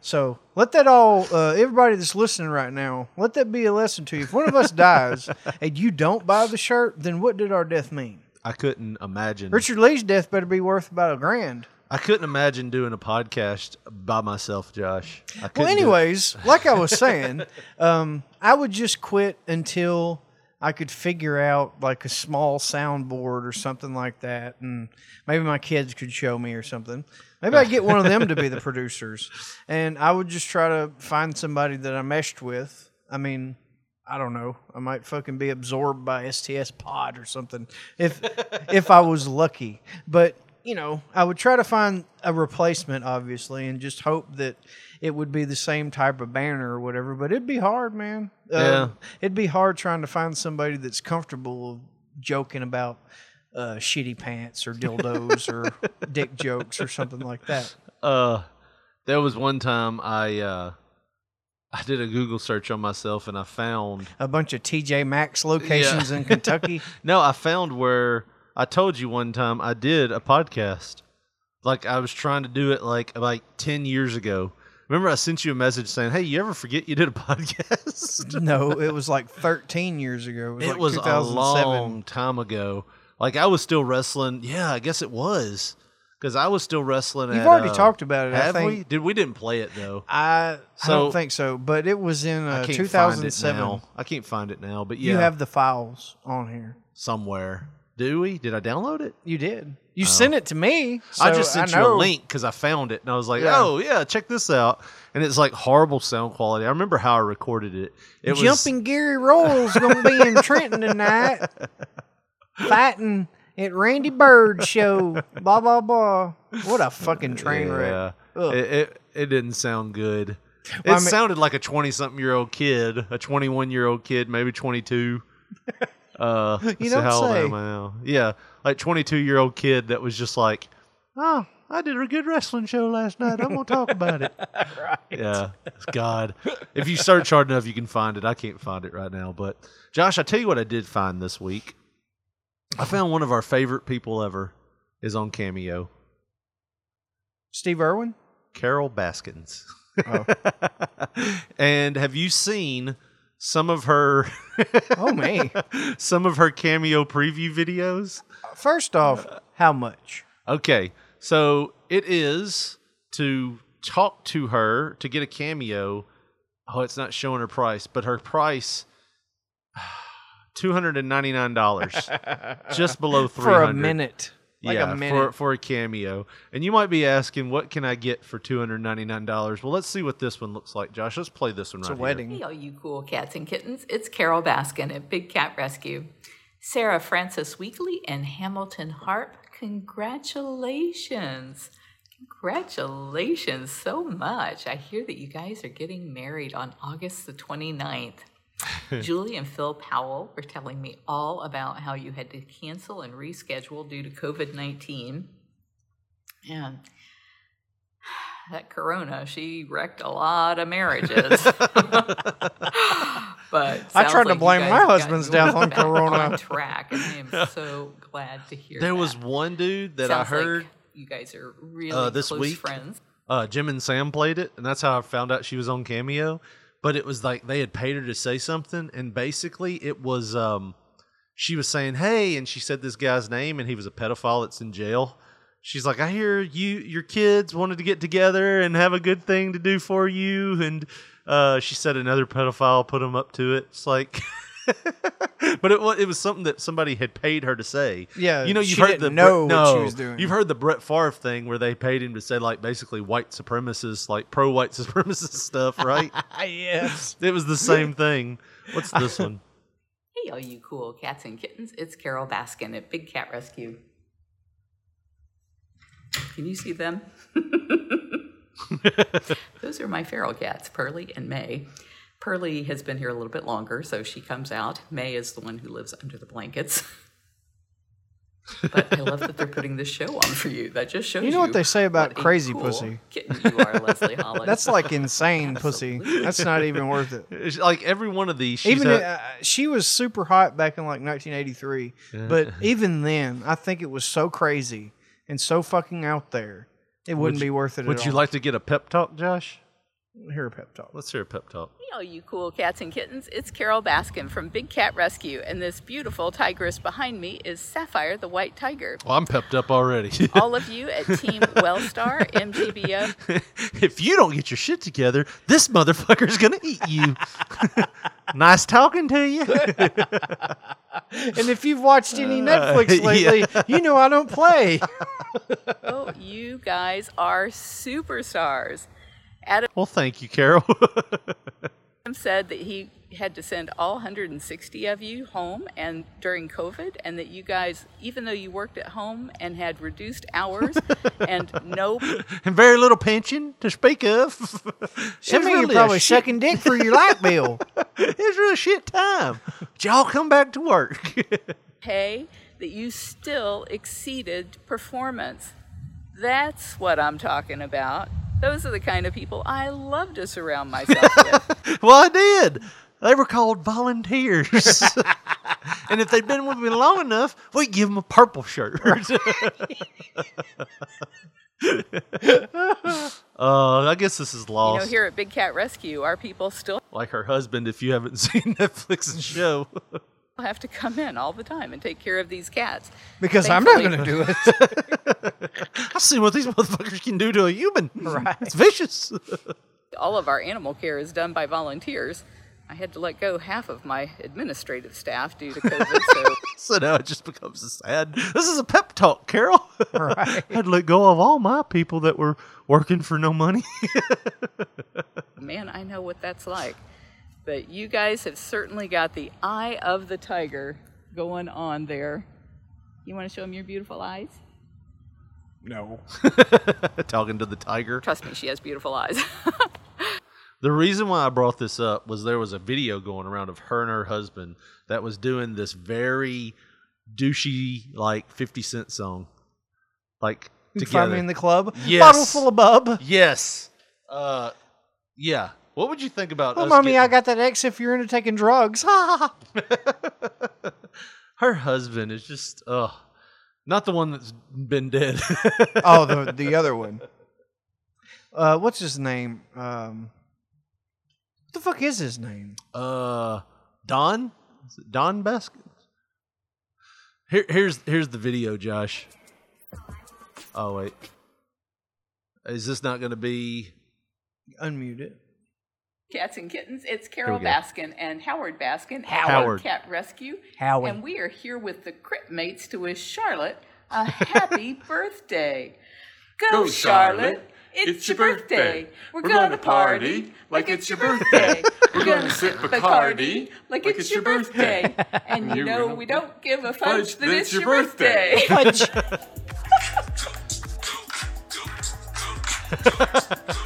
so let that all, uh, everybody that's listening right now, let that be a lesson to you. If one of us dies and you don't buy the shirt, then what did our death mean? I couldn't imagine. Richard Lee's death better be worth about a grand. I couldn't imagine doing a podcast by myself, Josh. I Well, couldn't do it. anyways, like I [laughs] was saying, um, I would just quit until I could figure out like a small soundboard or something like that, and maybe my kids could show me or something. Maybe I get one of them to [laughs] be the producers, and I would just try to find somebody that I meshed with. I mean, I don't know. I might fucking be absorbed by STS Pod or something if [laughs] if I was lucky. But you know, I would try to find a replacement, obviously, and just hope that it would be the same type of banner or whatever. But it'd be hard, man. Um, Yeah. it'd be hard trying to find somebody that's comfortable of joking about uh, shitty pants or dildos or dick jokes or something like that. uh there was one time I uh I did a Google search on myself and I found A bunch of TJ Maxx locations in Kentucky. No, I found where I told you one time I did a podcast. Like I was trying to do it like like 10 years ago. Remember I sent you a message saying, "Hey, you ever forget you did a [laughs] podcast?" No, it was like 13 years ago. It [laughs] was, it like was a 2007. long time ago. Like I was still wrestling. Yeah, I guess it was. Cuz I was still wrestling You've at, already uh, talked about it, I Have we? think. Did we didn't play it though? I, I So- don't think so, but it was in I uh, can't 2007. find it now. I can't find it now, but yeah. You have the files on here. somewhere. Do we? Did I download it? You did. You sent it to me. Oh. I so just sent you a know. link because I found it and I was like, Yeah. oh, yeah, check this out. And it's like horrible sound quality. I remember how I recorded it. It Jumping Gary Roll's going to be in Trenton [laughs] tonight, fighting at Randy Bird show. Blah blah blah. What a fucking was, train yeah, wreck. Ugh. It, it, it didn't sound good. It Well, I mean- sounded like a 20 something year old kid, a 21 year old kid, maybe [laughs] 22. Uh, let's see, don't how old say. am I now? Yeah, like 22 year old kid that was just like, oh, I did a good wrestling show last night. I'm going to talk about [laughs] it. Yeah. God. If you search hard enough, you can find it. I can't find it right now. But Josh, I tell you what I did find this week. I found one of our favorite people ever is on Cameo, Steve Irwin. Carol Baskins. Oh. [laughs] and have you seen some of her [laughs] Oh me. [laughs] some of her cameo preview videos? First off, how much? Okay, so it is to talk to her to get a cameo. Oh, it's not showing her price, but her price [sighs] two hundred and ninety nine [laughs] dollars, just below three For hundred a minute. Like yeah, a for minute. for a cameo. And you might be asking, what can I get for two hundred ninety nine dollars? Well, let's see what this one looks like, Josh. Let's play this one it's a right wedding. Hey, all you cool cats and kittens. It's Carol Baskin at Big Cat Rescue. Sarah Francis Weekly and Hamilton Harp, congratulations. Congratulations so much. I hear that you guys are getting married on August the 29th. Julie and Phil Powell were telling me all about how you had to cancel and reschedule due to COVID 19. And that corona, she wrecked a lot [laughs] of marriages. but I sounds tried to like you blame guys my have husband's gotten death on back corona. on track, and I am so glad to hear. here. There that. was one dude that Sounds I like heard. you guys are really uh, this close week. friends. uh, Jim and Sam played it, and that's how I found out she was on Cameo. But it was like they had paid her to say something, and basically it was um, she was saying hey, and she said this guy's name, and he was a pedophile that's in jail. She's like, I hear you, your kids wanted to get together and have a good thing to do for you, and uh, she said another pedophile put him up to it. It's like. [laughs] but it was, it was something that somebody had paid her to say. Yeah, you know, you've she heard didn't the know Bre- what she no, was doing. You've heard the Brett Favre thing where they paid him to say like basically white supremacist, like pro white [laughs] supremacist stuff, right? [laughs] yes. it was the same thing. What's this one? Hey, all you cool cats and kittens! It's Carol Baskin at Big Cat [laughs] Rescue. Can you see them? Those are my feral cats, Pearly and May. Pearly has been here a little bit longer, so she comes out. May is the one who lives under the blankets. but I love that they're putting this show on for you. That just shows You know what they say about a crazy cool pussy. Kitten you are, [laughs] Leslie Holland. That's like [laughs] insane pussy. That's not even worth it. It's like every one of these, [laughs] she's even had- uh, she was super hot back in like 1983 [laughs] but even then i think it was so crazy and so fucking out there it wouldn't Would be you- worth it Would at you all. like to get a pep talk, Josh? hear a pep talk [laughs] Let's hear a pep talk. Hey, all you cool cats and kittens, it's Carol Baskin from Big Cat Rescue, and this beautiful tigress behind me is Sapphire the White Tiger. Well, I'm pepped up already. [laughs] All of you at Team Wellstar, MGBO, if you don't get your shit together, this motherfucker's gonna eat you. [laughs] nice talking to [laughs] you. and if you've watched Uh, [laughs] any netflix lately you know i don't play oh, you guys are superstars. Adam well, thank you, Carol. [laughs] said that he had to send all 160 of you home and during COVID, and that you guys, even though you worked at home and had reduced hours and no and very little pension to speak of. some [laughs] It's of you really a probably shit- sucking dick for your light [laughs] bill It's real shit time. But y'all come back to work. pay that you still exceeded performance. That's what I'm talking about. Those are the kind of people I love to surround myself with. well, I did. They were called volunteers. [laughs] and if they'd been with me long enough, we'd give them a purple shirt. [laughs] uh, I guess this is You lost. know, here at Big Cat Rescue, our people still like her husband, if you haven't [laughs] seen Netflix's show. have to come in all the time and take care of these cats. because i'm not Thankfully- going to do it I've seen what these motherfuckers can do to a human. Right. It's vicious. [laughs] All of our animal care is done by volunteers. I had to let go half of my administrative staff due to COVID, so so now it just becomes a sad. This is a pep talk, Carol. Right. [laughs] I'd let go of all my people that were working for no money. [laughs] man, I know what that's like. But you guys have certainly got the eye of the tiger going on there. You want to show him your beautiful eyes? no Talking to the tiger. Trust me, she has beautiful eyes. [laughs] The reason why I brought this up was there was a video going around of her and her husband that was doing this very douchey, like 50 Cent song. Like, [laughs] find [laughs] together. me in the club Yes. bottle full of bub yes. Uh, yeah. What would you think about well us Oh, mommy i getting- got that x if you're into taking drugs [laughs] her husband is just uh not the one that's been dead. oh, the the other one. Uh, what's his name? Um, what the fuck is his name? uh Don? Is it Don Basket? Here here's here's the video, Josh. Oh wait. Is this not gonna be Unmute it. Cats and kittens, it's Carol we go. Baskin and Howard Baskin at Howard. One Cat Rescue. Howie. And we are here with the Crypt Mates to wish Charlotte [laughs] a happy birthday. Go, Go, Charlotte. Charlotte. It's, It's your your birthday. birthday. We're, We're gonna, gonna party, party like it's your birthday. We're gonna sip Bacardi like it's your birthday. [laughs] And you know we don't give a fudge that it's your birthday. [laughs]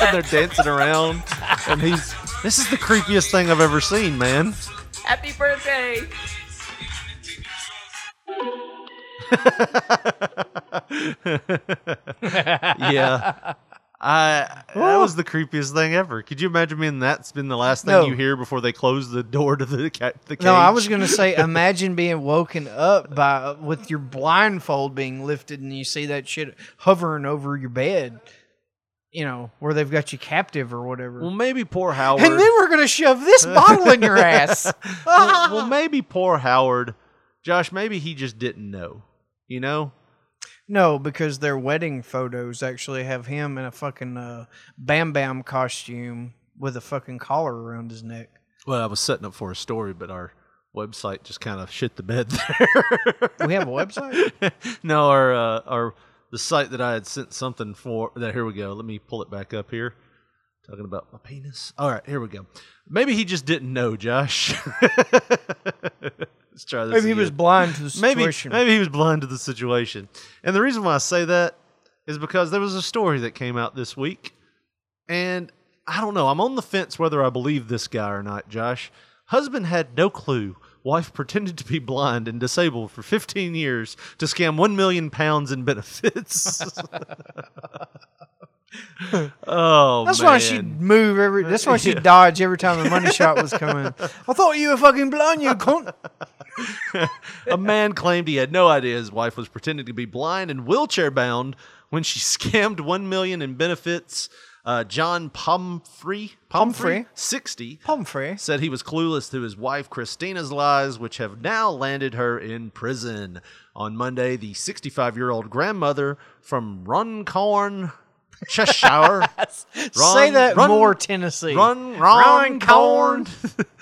and they're dancing around and he's this is the creepiest thing I've ever seen, man. Happy birthday. Yeah. I that was the creepiest thing ever. Could you imagine being that's been the last thing No. you hear before they close the door to the cat the cage? No, I was gonna say, imagine being woken up by with your blindfold being lifted, and you see that shit hovering over your bed. You know where they've got you captive or whatever. Well, maybe poor Howard. and then we're gonna shove this bottle in [laughs] your ass. well, well, maybe poor Howard. Josh, maybe he just didn't know. You know? No, because their wedding photos actually have him in a fucking uh, Bam Bam costume with a fucking collar around his neck. Well, I was setting up for a story, but our website just kind of shit the bed [laughs] there. [laughs] We have a website. no, our uh, our the site that I had sent something for. There, here we go. Let me pull it back up here. Talking about my penis. All right, here we go. Maybe he just didn't know, Josh. [laughs] Let's try this. Maybe he again. was blind to the maybe situation. maybe he was blind to the situation. And the reason why I say that is because there was a story that came out this week, and I don't know. I'm on the fence whether I believe this guy or not. Josh, husband had no clue. Wife [laughs] pretended to be blind and disabled for 15 years to scam one million pounds in [laughs] benefits. [laughs] oh, That's man. why she'd move every. That's why she'd dodge every time the money shot was coming. I thought you were fucking blind, you cunt. A man claimed he had no idea his wife was pretending to be blind and wheelchair bound when she [laughs] scammed one million in benefits. Uh, John Pomfrey, Pomfrey. sixty, Pomfrey. said he was clueless to his wife Christina's lies, which have now landed her in prison. On Monday, the 65-year-old grandmother from Runcorn, [laughs] Cheshire, Say Ron- that Ron- more, Tennessee. Run, Runcorn. Runcorn.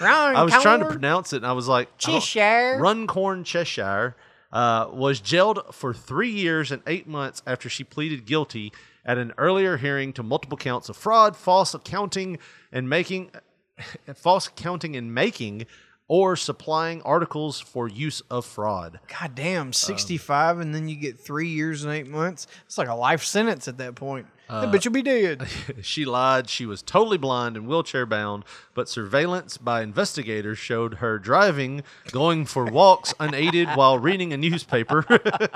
Ron I was trying to Corn. pronounce it, and I was like, I don't- Cheshire. Runcorn Cheshire uh, was jailed for three years and eight months after she pleaded guilty at an earlier hearing to multiple counts of fraud, false accounting, and making [laughs] false accounting and making or supplying articles for use of fraud. God damn, 65, and then you get three years and eight months. It's like a life sentence at that point. that bitch will be dead. She lied. She was totally blind and wheelchair bound, but surveillance by investigators showed her driving, going for walks unaided while reading a newspaper. [laughs] this It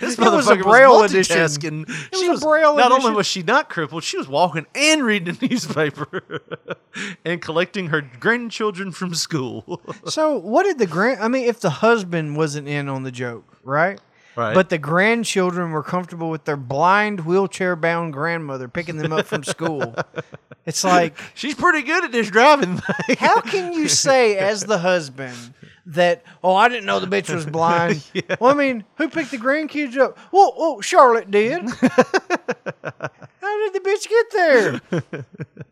was a motherfucker Braille was edition. multitasking. was she a was Braille Not edition. only was she not crippled, she was walking and reading a newspaper [laughs] and collecting her grandchildren from school. [laughs] so, what did the grand. I mean, if the husband wasn't in on the joke, right? Right. But the grandchildren were comfortable with their blind, wheelchair bound grandmother picking them up from school. It's like, She's pretty good at this driving thing. how can you say, as the husband, that, oh, I didn't know the bitch was blind? Well, I mean, who picked the grandkids up? Well, oh, Charlotte did. how did the bitch get there?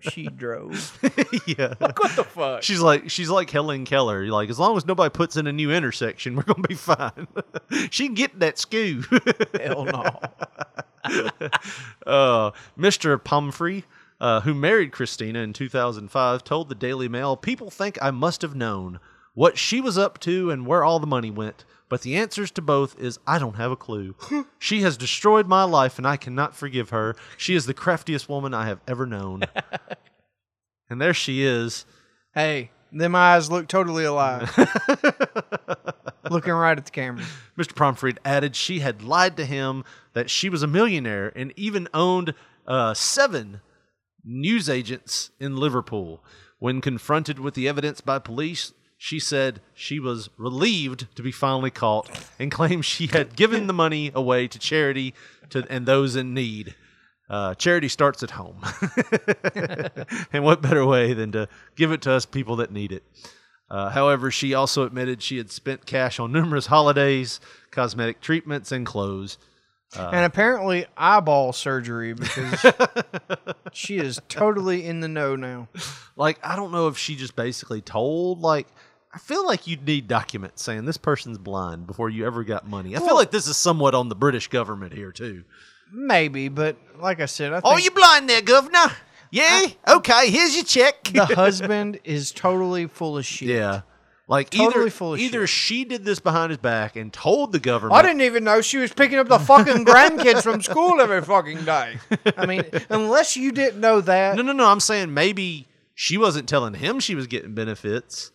she drove. yeah. what the fuck? She's like she's like Helen Keller. You're Like as long as nobody puts in a new intersection, [laughs] we're gonna be fine. she can get that skew. Hell no. [laughs] uh, Mr. Pomfrey, uh, who married Christina in 2005, told the Daily Mail, "People think I must have known what she was up to and where all the money went." But the answers to both is I don't have a clue. she has destroyed my life and I cannot forgive her. She is the craftiest woman I have ever known. and there she is, Hey, them eyes look totally [laughs] alive. Looking right at the camera. Mr. Pomfrey added she had lied to him that she was a millionaire and even owned uh, seven newsagents in Liverpool. When confronted with the evidence by police, she said she was relieved to be finally caught and claimed she had given the money away to charity to, and those in need. Uh, charity starts at home. [laughs] and what better way than to give it to us people that need it? Uh, however, she also admitted she had spent cash on numerous holidays, cosmetic treatments, and clothes. Uh. and apparently eyeball surgery because [laughs] she is totally in the know now. Like, I don't know if she just basically told, like, I feel like you'd need documents saying this person's blind before you ever got money. I feel like this is somewhat on the British government here, too. Maybe, but like I said, I think Are Oh, you blind there, governor? Yeah? okay, here's your check. the husband is totally full of [laughs] shit. yeah. Like, Totally either, full of either shit. she did this behind his back and told the government. I didn't even know she was picking up the fucking grandkids from school every fucking day. I mean, unless you didn't know that. No, no, no. I'm saying maybe she wasn't telling him she was getting benefits,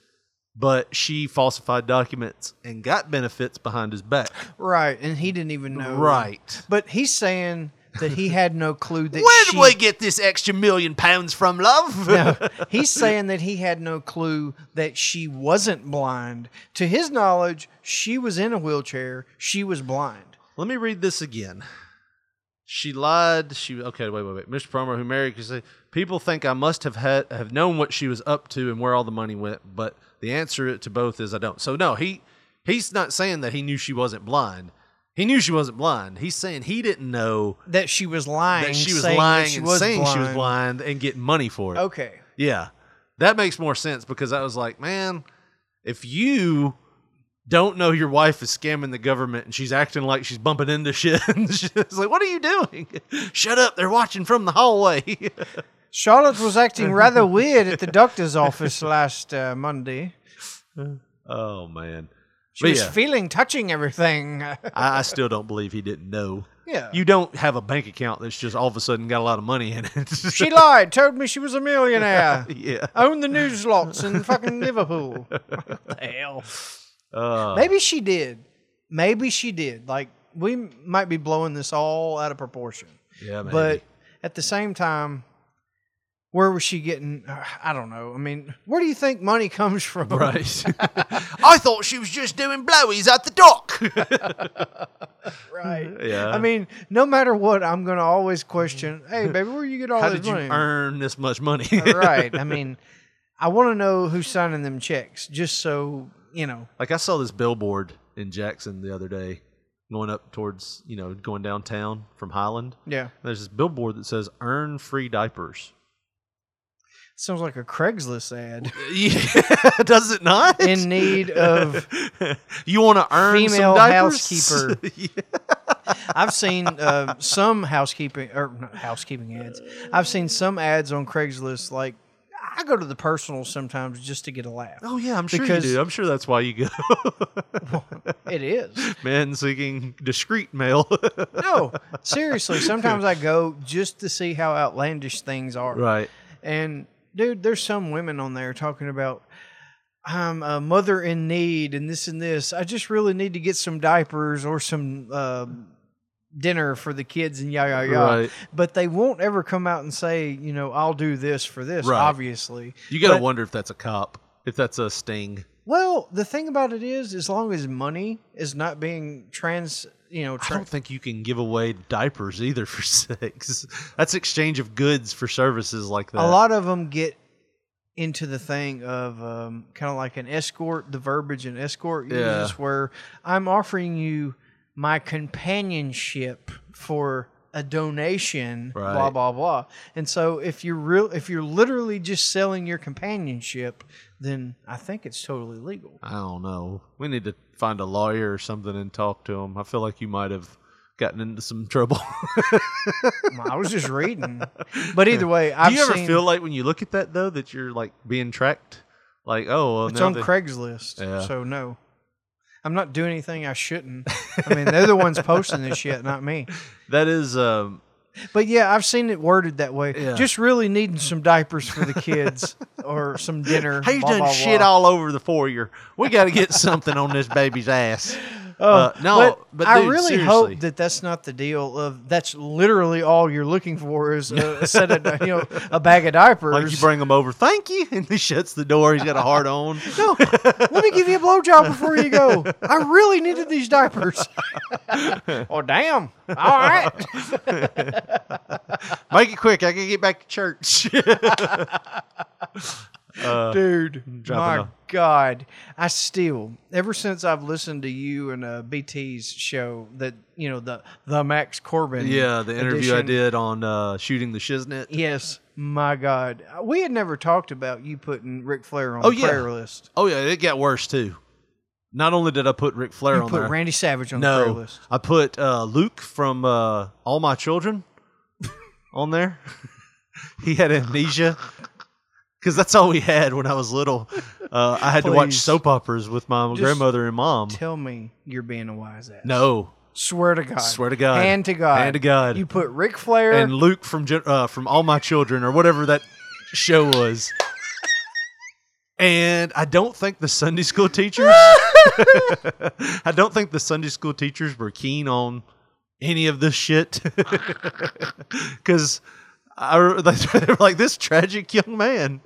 but she falsified documents and got benefits behind his back. Right, and he didn't even know. Right. But he's saying that he had no clue that Where she did we get this extra million pounds from, love? [laughs] No, he's saying that he had no clue that she wasn't blind. To his knowledge, she was in a wheelchair. She was blind. Let me read this again. She lied. She okay. Wait, wait, wait. Mr. Palmer, who married, could say people think I must have had have known what she was up to and where all the money went, but the answer to both is I don't. So no, he he's not saying that he knew she wasn't blind. He knew she wasn't blind. He's saying he didn't know That she was lying. that she was saying that lying she and was saying she was blind and getting money for it. Okay. Yeah. That makes more sense because I was like, man, if you don't know your wife is scamming the government and she's acting like she's bumping into shit, and [laughs] she's like, what are you doing? [laughs] Shut up. They're watching from the hallway. [laughs] Charlotte was acting rather weird at the doctor's office last uh, Monday. Oh man. She But was yeah, feeling touching everything. I, I still don't believe he didn't know. yeah. You don't have a bank account that's just all of a sudden got a lot of money in it. [laughs] [laughs] she lied, told me she was a millionaire. yeah. Owned the news lots in [laughs] fucking Liverpool. the hell. Uh, Maybe she did. Maybe she did. Like we might be blowing this all out of proportion. yeah, maybe. But at the same time, where was she getting? uh, I don't know. I mean, where do you think money [laughs] comes from? right. I thought she was just doing blowies at the dock. right. [laughs] Yeah. [laughs] I mean, no matter what, I'm going to always question. Hey, baby, where you get all Mm. How this did you money? earn this much money? [laughs] [laughs] right. I mean, I want to know who's signing them checks, just so you know. Like I saw this billboard in Jackson the other day, going up towards you know going downtown from Highland. Yeah. There's this billboard that says "Earn free diapers." Sounds like a Craigslist ad. [laughs] Yeah, [laughs] does it not? In need of [laughs] you want to earn some female diapers? housekeeper. Yeah. I've seen uh, some housekeeping or not housekeeping ads. I've seen some ads on Craigslist. Like I go to the personal sometimes just to get a laugh. [laughs] Oh yeah, I'm sure Because- you do. I'm sure that's why you go. [laughs] It is Men seeking discreet mail. [laughs] no seriously. Sometimes I go just to see how outlandish things are. right. And dude, there's some women on there talking about I'm a mother in need and this and this. I just really need to get some diapers or some uh, dinner for the kids and yada yada. yada. Right. But they won't ever come out and say, you know, I'll do this for this. Right. Obviously, You got But- to wonder if that's a cop, if that's a sting. Well, the thing about it is, as long as money is not being trans, you know, I tra- don't think you can give away diapers either [laughs] for sex. That's exchange of goods for services like that. a lot of them get into the thing of um, kind of like an escort, the verbiage an escort uses, Yeah. where I'm offering you my companionship for a donation, blah Right. blah blah. And so, if you're real, if you're literally just selling your companionship, then I think it's totally legal. I don't know. We need to find a lawyer or something and talk to him. I feel like you might have gotten into some trouble. [laughs] I was just reading, but either way, [laughs] I've Do you ever seen feel like when you look at that though that you're like being tracked? Like oh, well, It's now on they- Craigslist, Yeah. so no. I'm not doing anything I shouldn't. I mean, they're the ones posting this shit, not me. that is um, [laughs] But yeah, I've seen it worded that way. Yeah. Just really needing some diapers for the [laughs] kids or some dinner. He's blah, done blah, shit blah. all over the foyer. We got to get something on this baby's [laughs] ass. Oh, Uh, no, but, but I dude, really seriously. hope that that's not the deal. Of that's literally all you're looking for is a, a set of you know a bag of [laughs] diapers. Like you bring him over, thank you, and he shuts the door. He's got a hard [laughs] on. no, let me give you a blowjob before you go. I really needed [laughs] these diapers. [laughs] oh damn! All right. Make it quick. I can get back to [laughs] church. dude my dropping god i still ever since i've listened to you and uh, bt's show that you know the the max corbin yeah, the interview I edition- did on uh, shooting the shiznit. yes my god we had never talked about you putting Ric flair on Oh, the yeah. prayer list Oh yeah, it got worse too. Not only did I put Ric Flair you on put there, randy savage on the prayer no, list I put uh, Luke from uh, All My [laughs] Children on there. [laughs] he had amnesia because that's all we had when I was little. Uh, I had to watch Please. soap operas with my grandmother and mom. tell me you're being a wise ass no, swear to god Swear to God. hand to god Hand to God. you put Ric flair and Luke from Gen- uh, from All My Children or whatever that show was. And I don't think the Sunday school teachers. I don't think the Sunday school teachers were keen on any of this shit [laughs] because [laughs] they were like this tragic young man.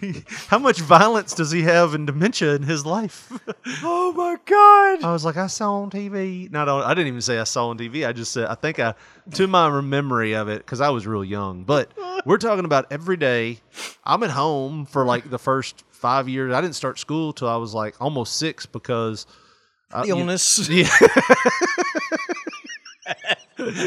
[laughs] How much violence does he have and dementia in his life? [laughs] oh my god I was like, I saw on TV. Not on. I didn't even say I saw on TV. I just said I think I, to my memory of it, because I was real young. But we're talking about every day. I'm at home for like the first five years. I didn't start school till I was like almost six because uh, you- [laughs] illness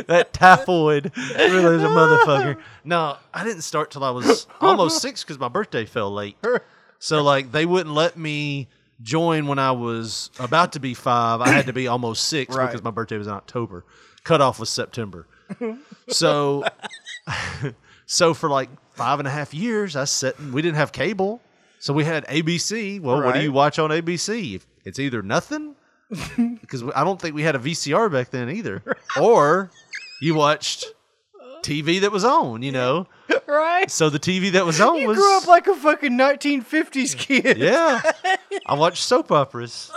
that typhoid really is a motherfucker. No, I didn't start till I was almost six because my birthday fell late. So like they wouldn't let me join when I was about to be five. I had to be almost six Right. because my birthday was in October. Cutoff was September. So so for like five and a half years, I sat. and- We didn't have cable. So we had ABC. Well, what do Right. you watch on ABC? If It's either nothing, [laughs] because I don't think we had a VCR back then [laughs] either, or you watched TV that was on. You know, [laughs] right? so the TV that was on [laughs] You was grew up like a fucking 1950s kid. yeah. I watched soap operas,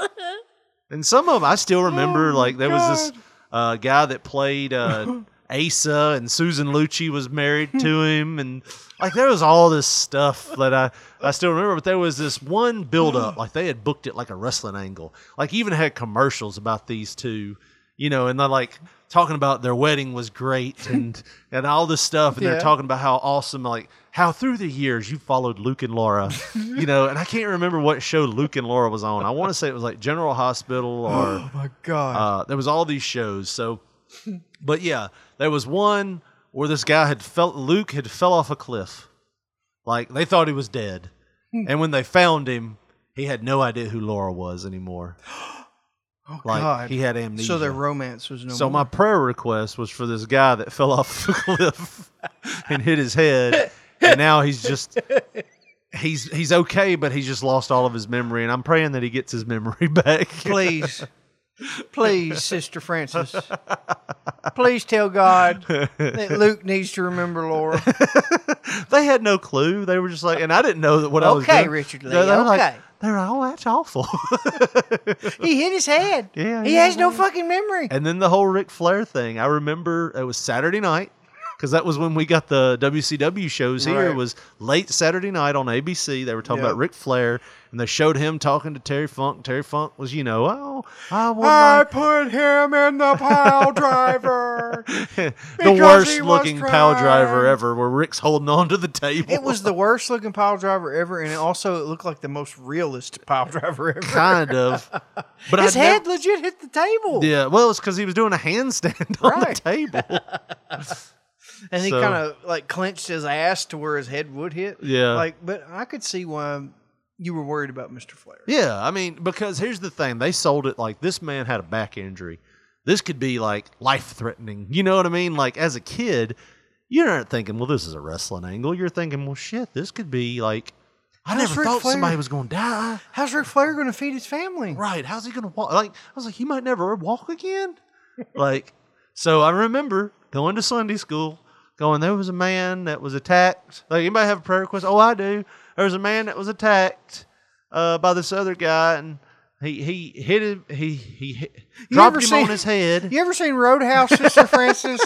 and some of 'em I still remember. like there was this uh, guy that played uh, Asa, and Susan Lucci was married to him, and like there was all this stuff that I I still remember. But there was this one build up, like they had booked it like a wrestling angle, like even had commercials about these two, you know, and they're like. Talking about their wedding was great and and all this stuff, and Yeah. they're talking about how awesome, like how through the years you followed Luke and [laughs] Laura, you know, and I can't remember what show Luke and Laura was on. I want to say it was like General Hospital [gasps] or [laughs] Oh my god. uh, there was all these shows. So, but yeah, there was one where this guy had felt Luke had fell off a cliff, like they thought he was dead, Hmm. and when they found him, he had no idea who Laura was anymore. [gasps] oh Like god. he had amnesia. so their romance was no Uh, So my more. prayer request was for this guy that [laughs] fell off the cliff and hit his head, and now he's just he's he's okay, but he's just lost all of his memory, and I'm praying that he gets his memory [laughs] back. please, please, Sister Francis, please tell God that Luke needs to remember Laura. they had no clue. They were just like, and I didn't know that what I was Okay, doing. Richard Lee, They- they were like- okay. they were like, oh, that's awful. [laughs] He hit his head. Yeah, he yeah, has no fucking memory. and then the whole Ric Flair thing. I remember it was Saturday night because that was when we got the WCW shows here. Right. It was late Saturday night on ABC. They were talking Yep. about Ric Flair, and they showed him talking to Terry Funk. Terry Funk was, you know, oh, I want I my put him in the pile driver. [laughs] the because worst he was looking pal driver trying. ever, where Rick's holding on to the table. It was the worst looking pile driver ever, and it also it looked like the most realist pile driver [laughs] ever. kind of, but His I head legit hit the table, Yeah, well, it's because he was doing a handstand [laughs] on Right. the table. and he so- kind of like clenched his ass to where his head would hit. Yeah. like but I could see why you were worried about Mister Flair. yeah, I mean, because here's the thing: they sold it like this man had a back injury. This could be like life threatening. You know what I mean? Like as a kid, you aren't thinking, "Well, this is a wrestling angle." You're thinking, "Well, shit, this could be like." I How's never Ric thought Flair- somebody was going to die. How's Ric Flair going to feed his family? Right? How's he going to walk? Like I was like, he might never walk again. [laughs] like, so I remember going to Sunday school, going, there was a man that was attacked. Like, anybody have a prayer request? Oh, I do. There was a man that was attacked uh, by this other guy, and he he hit him. He he hit, dropped ever him seen- on his head. You ever seen Roadhouse, [laughs] Sister Francis?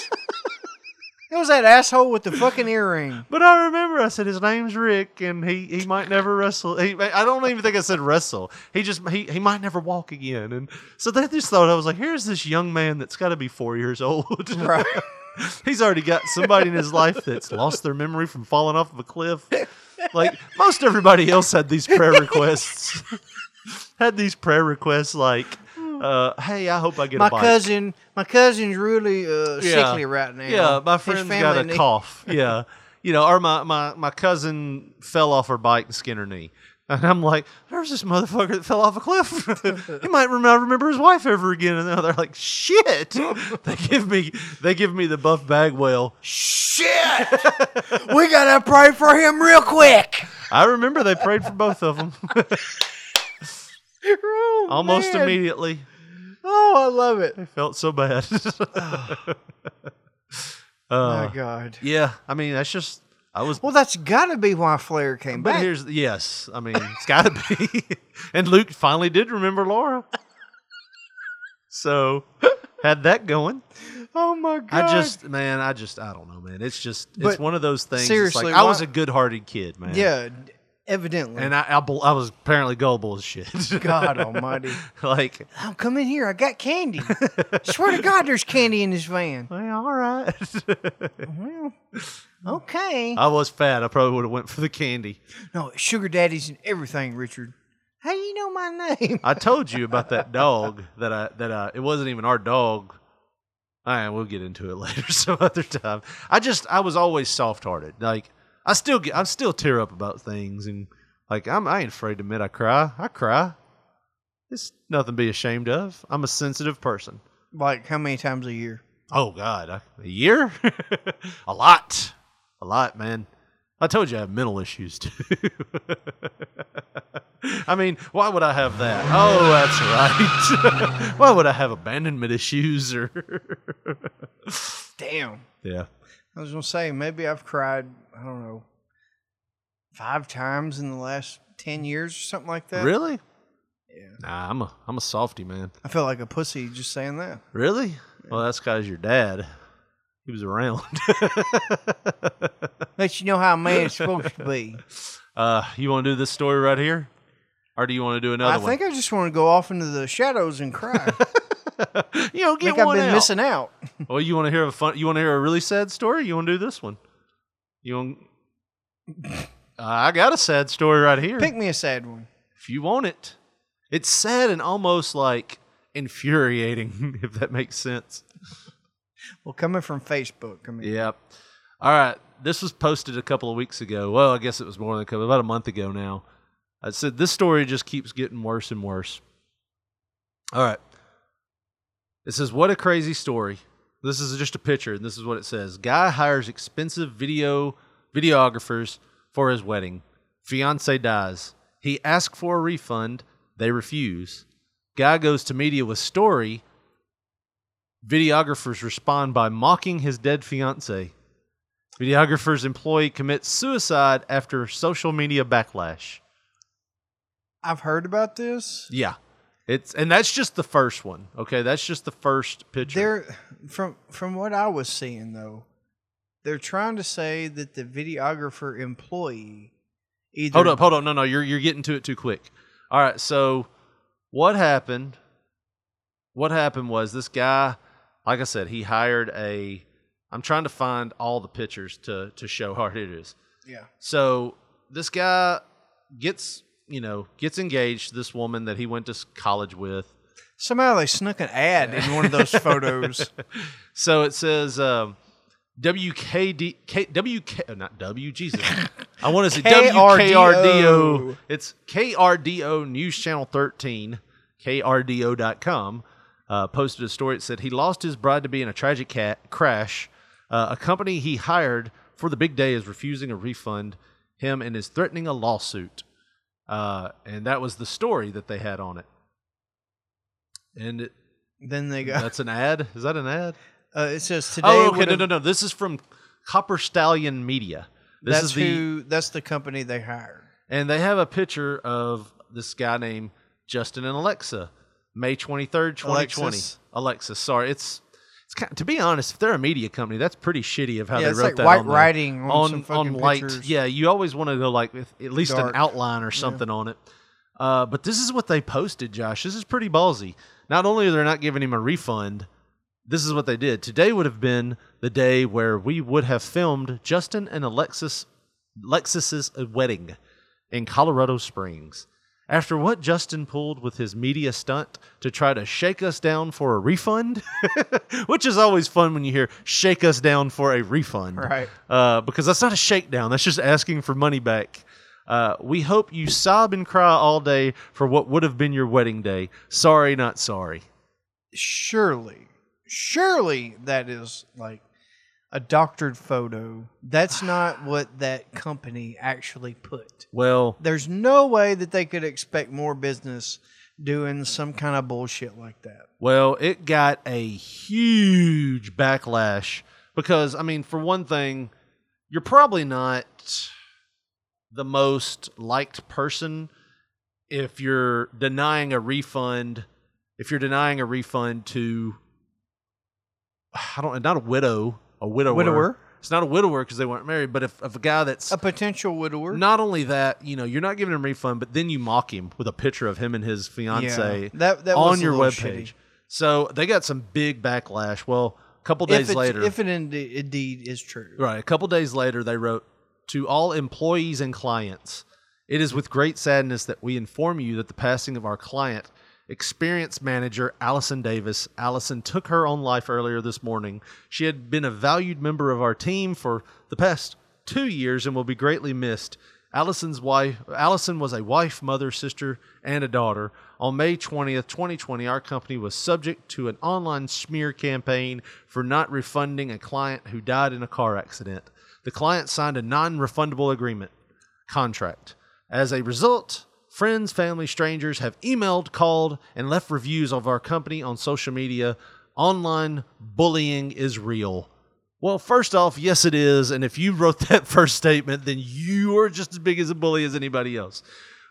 It was that asshole with the fucking earring. But I remember I said his name's Rick, and he, he might never wrestle. He, I don't even think I said wrestle. He just he, he might never walk again. And so they just thought I was like, here's this young man that's got to be four years old. [laughs] Right. He's already got somebody in his life that's lost their memory from falling off of a cliff. Like most everybody else had these prayer requests. [laughs] had these prayer requests like, uh, hey, I hope I get My a bike. cousin, my cousin's really uh, sickly right now. Yeah, my His friend's family got a need- [laughs] cough. Yeah. You know, or my, my, my cousin fell off her bike and skinned her knee. And I'm like, there's this motherfucker that fell off a cliff. [laughs] he might rem- not remember his wife ever again. And they're like, shit. [laughs] they give me they give me the Buff Bagwell. Shit, [laughs] we gotta pray for him real quick. I remember they prayed for both of [laughs] them Oh, [laughs] almost man. immediately. Oh, I love it. Felt so [sighs] bad. [laughs] Uh, my God. yeah, I mean that's just I was Well, that's gotta be why Flair came But back. here's yes, I mean it's got to be. [laughs] and Luke finally did remember Laura, so had that going. oh my God. I just man, I just I don't know, man. It's just it's But one of those things. it's seriously, like, I why- was a good-hearted kid, man. yeah, evidently. and I I, bel- I was apparently gullible as shit. [laughs] God Almighty. like, Oh, come in here. I [laughs] got candy. Swear to God, there's candy in this van. well, all right. [laughs] Uh, Okay. I was fat. I probably would have went for the candy. No, sugar daddies and everything, Richard. How you know my [laughs] name? [laughs] I told you about that dog that I that I it wasn't even our dog. All right, we'll get into it [laughs] later some other time. I just I was always soft hearted. Like I still get I still tear up about things and like I'm I ain't afraid to admit I cry. I cry. It's nothing to be ashamed of. I'm a sensitive person. Like how many times a year? [laughs] Oh God, I, a year, a lot, a lot, man. I told you I have mental issues too. [laughs] I mean, why would I have that? Oh, that's right. [laughs] why would I have abandonment issues or [laughs] Damn. Yeah. I was gonna say maybe I've cried. I don't know, five times in the last ten years or something like that. Really? Yeah. Nah, I'm a I'm a softy, man. I felt like a pussy just saying that. Really? Well, that's cause your dad. He was around. [laughs] Let you know how a man's supposed to be. uh, you wanna do this story right here? Or do you want to do [laughs] another I one? think I just want to go off into the shadows and [laughs] cry. I you don't get think I've one been out. missing out. Well, Oh, you want to hear a fun? You want to hear a really sad story? You want to do this one? You want? I got a sad story right here. Pick me a sad one. if you want it, it's sad and almost like infuriating, [laughs] if that makes sense. Well, coming from Facebook, I mean, Yep. All right. This was posted a couple of weeks ago. Well, I guess it was more than a couple, about a month ago now. I said this story just keeps getting worse and worse. All right. It says, What a crazy story. This is just a picture, and this is what it says. Guy hires expensive video videographers for his wedding. Fiance dies. He asks for a refund. They refuse. Guy goes to media with story. Videographers respond by mocking his dead fiance. Videographer's employee commits suicide after social media backlash. I've heard about this. Yeah. It's and that's just the first one. Okay, that's just the first picture. They're from from what I was seeing though, they're trying to say that the videographer employee either hold up, hold on. No, no, you're you're getting to it too quick. All right, so what happened? What happened was this guy, like I said, he hired a I'm trying to find all the pictures to to show how hard it is. Yeah. So this guy gets, you know, gets engaged to this woman that he went to s- college with. Somehow they snuck an ad in one [laughs] of those photos. So it says um, WKD, K, WK, oh, not W, Jesus. I want to say WKRDO. KRDO. It's KRDO News Channel 13, KRDO.com, uh, posted a story that said he lost his bride to be in a tragic cat crash. Uh, a company he hired for the big day is refusing a refund him and is threatening a lawsuit. Uh, and that was the story that they had on it. And it, then they go. that's an ad. Is that an ad? Uh, it says today. Oh, okay. would No, have- no, no. This is from Copper Stallion Media. This that's is the who. That's the company they hired. and they have a picture of this guy named Justin and Alexa, May twenty third, twenty twenty. Alexis. Alexa, sorry, it's it's kind to be honest. If they're a media company, that's pretty shitty of how Yeah, they it's wrote like that white on there. writing on some on fucking light. pictures. Yeah, you always want to go like with at least an Dark. outline or something on it. Uh, but this is what they posted, Josh. This is pretty ballsy. Not only are they not giving him a refund, this is what they did. Today would have been the day where we would have filmed Justin and Alexis Lexus's wedding in Colorado Springs. After what Justin pulled with his media stunt to try to shake us down for a refund, [laughs] which is always fun when you hear shake us down for a refund. Right. Uh, because that's not a shakedown, that's just asking for money back. Uh, we hope you sob and cry all day for what would have been your wedding day. Sorry, not sorry. Surely, surely that is like a doctored photo. That's not what that company actually put. Well, There's no way that they could expect more business doing some kind of bullshit like that. Well, it got a huge backlash because, I mean, for one thing, you're probably not the most liked person if you're denying a refund. If you're denying a refund to, I don't, not a widow, a widower. Widower. It's not a widower because they weren't married, but if, if a guy that's A potential widower. not only that, you know, you're not giving him a refund, but then you mock him with a picture of him and his fiance Yeah, that- that on was a your little webpage. shitty. So they got some big backlash. Well, a couple if days it's- later, if it indeed, indeed is true. right, a couple days later, they wrote to all employees and clients. It is with great sadness that we inform you that the passing of our client, experienced manager Allison Davis. Allison took her own life earlier this morning. She had been a valued member of our team for the past two years and will be greatly missed. Allison's wife, Allison was a wife, mother, sister, and a daughter. On May 20th, 2020, our company was subject to an online smear campaign for not refunding a client who died in a car accident. The client signed a non refundable agreement contract. As a result, friends, family, strangers have emailed, called, and left reviews of our company on social media. Online bullying is real. Well, first off, yes, it is. And if you wrote [laughs] that first statement, then you are just as big as a bully as anybody else.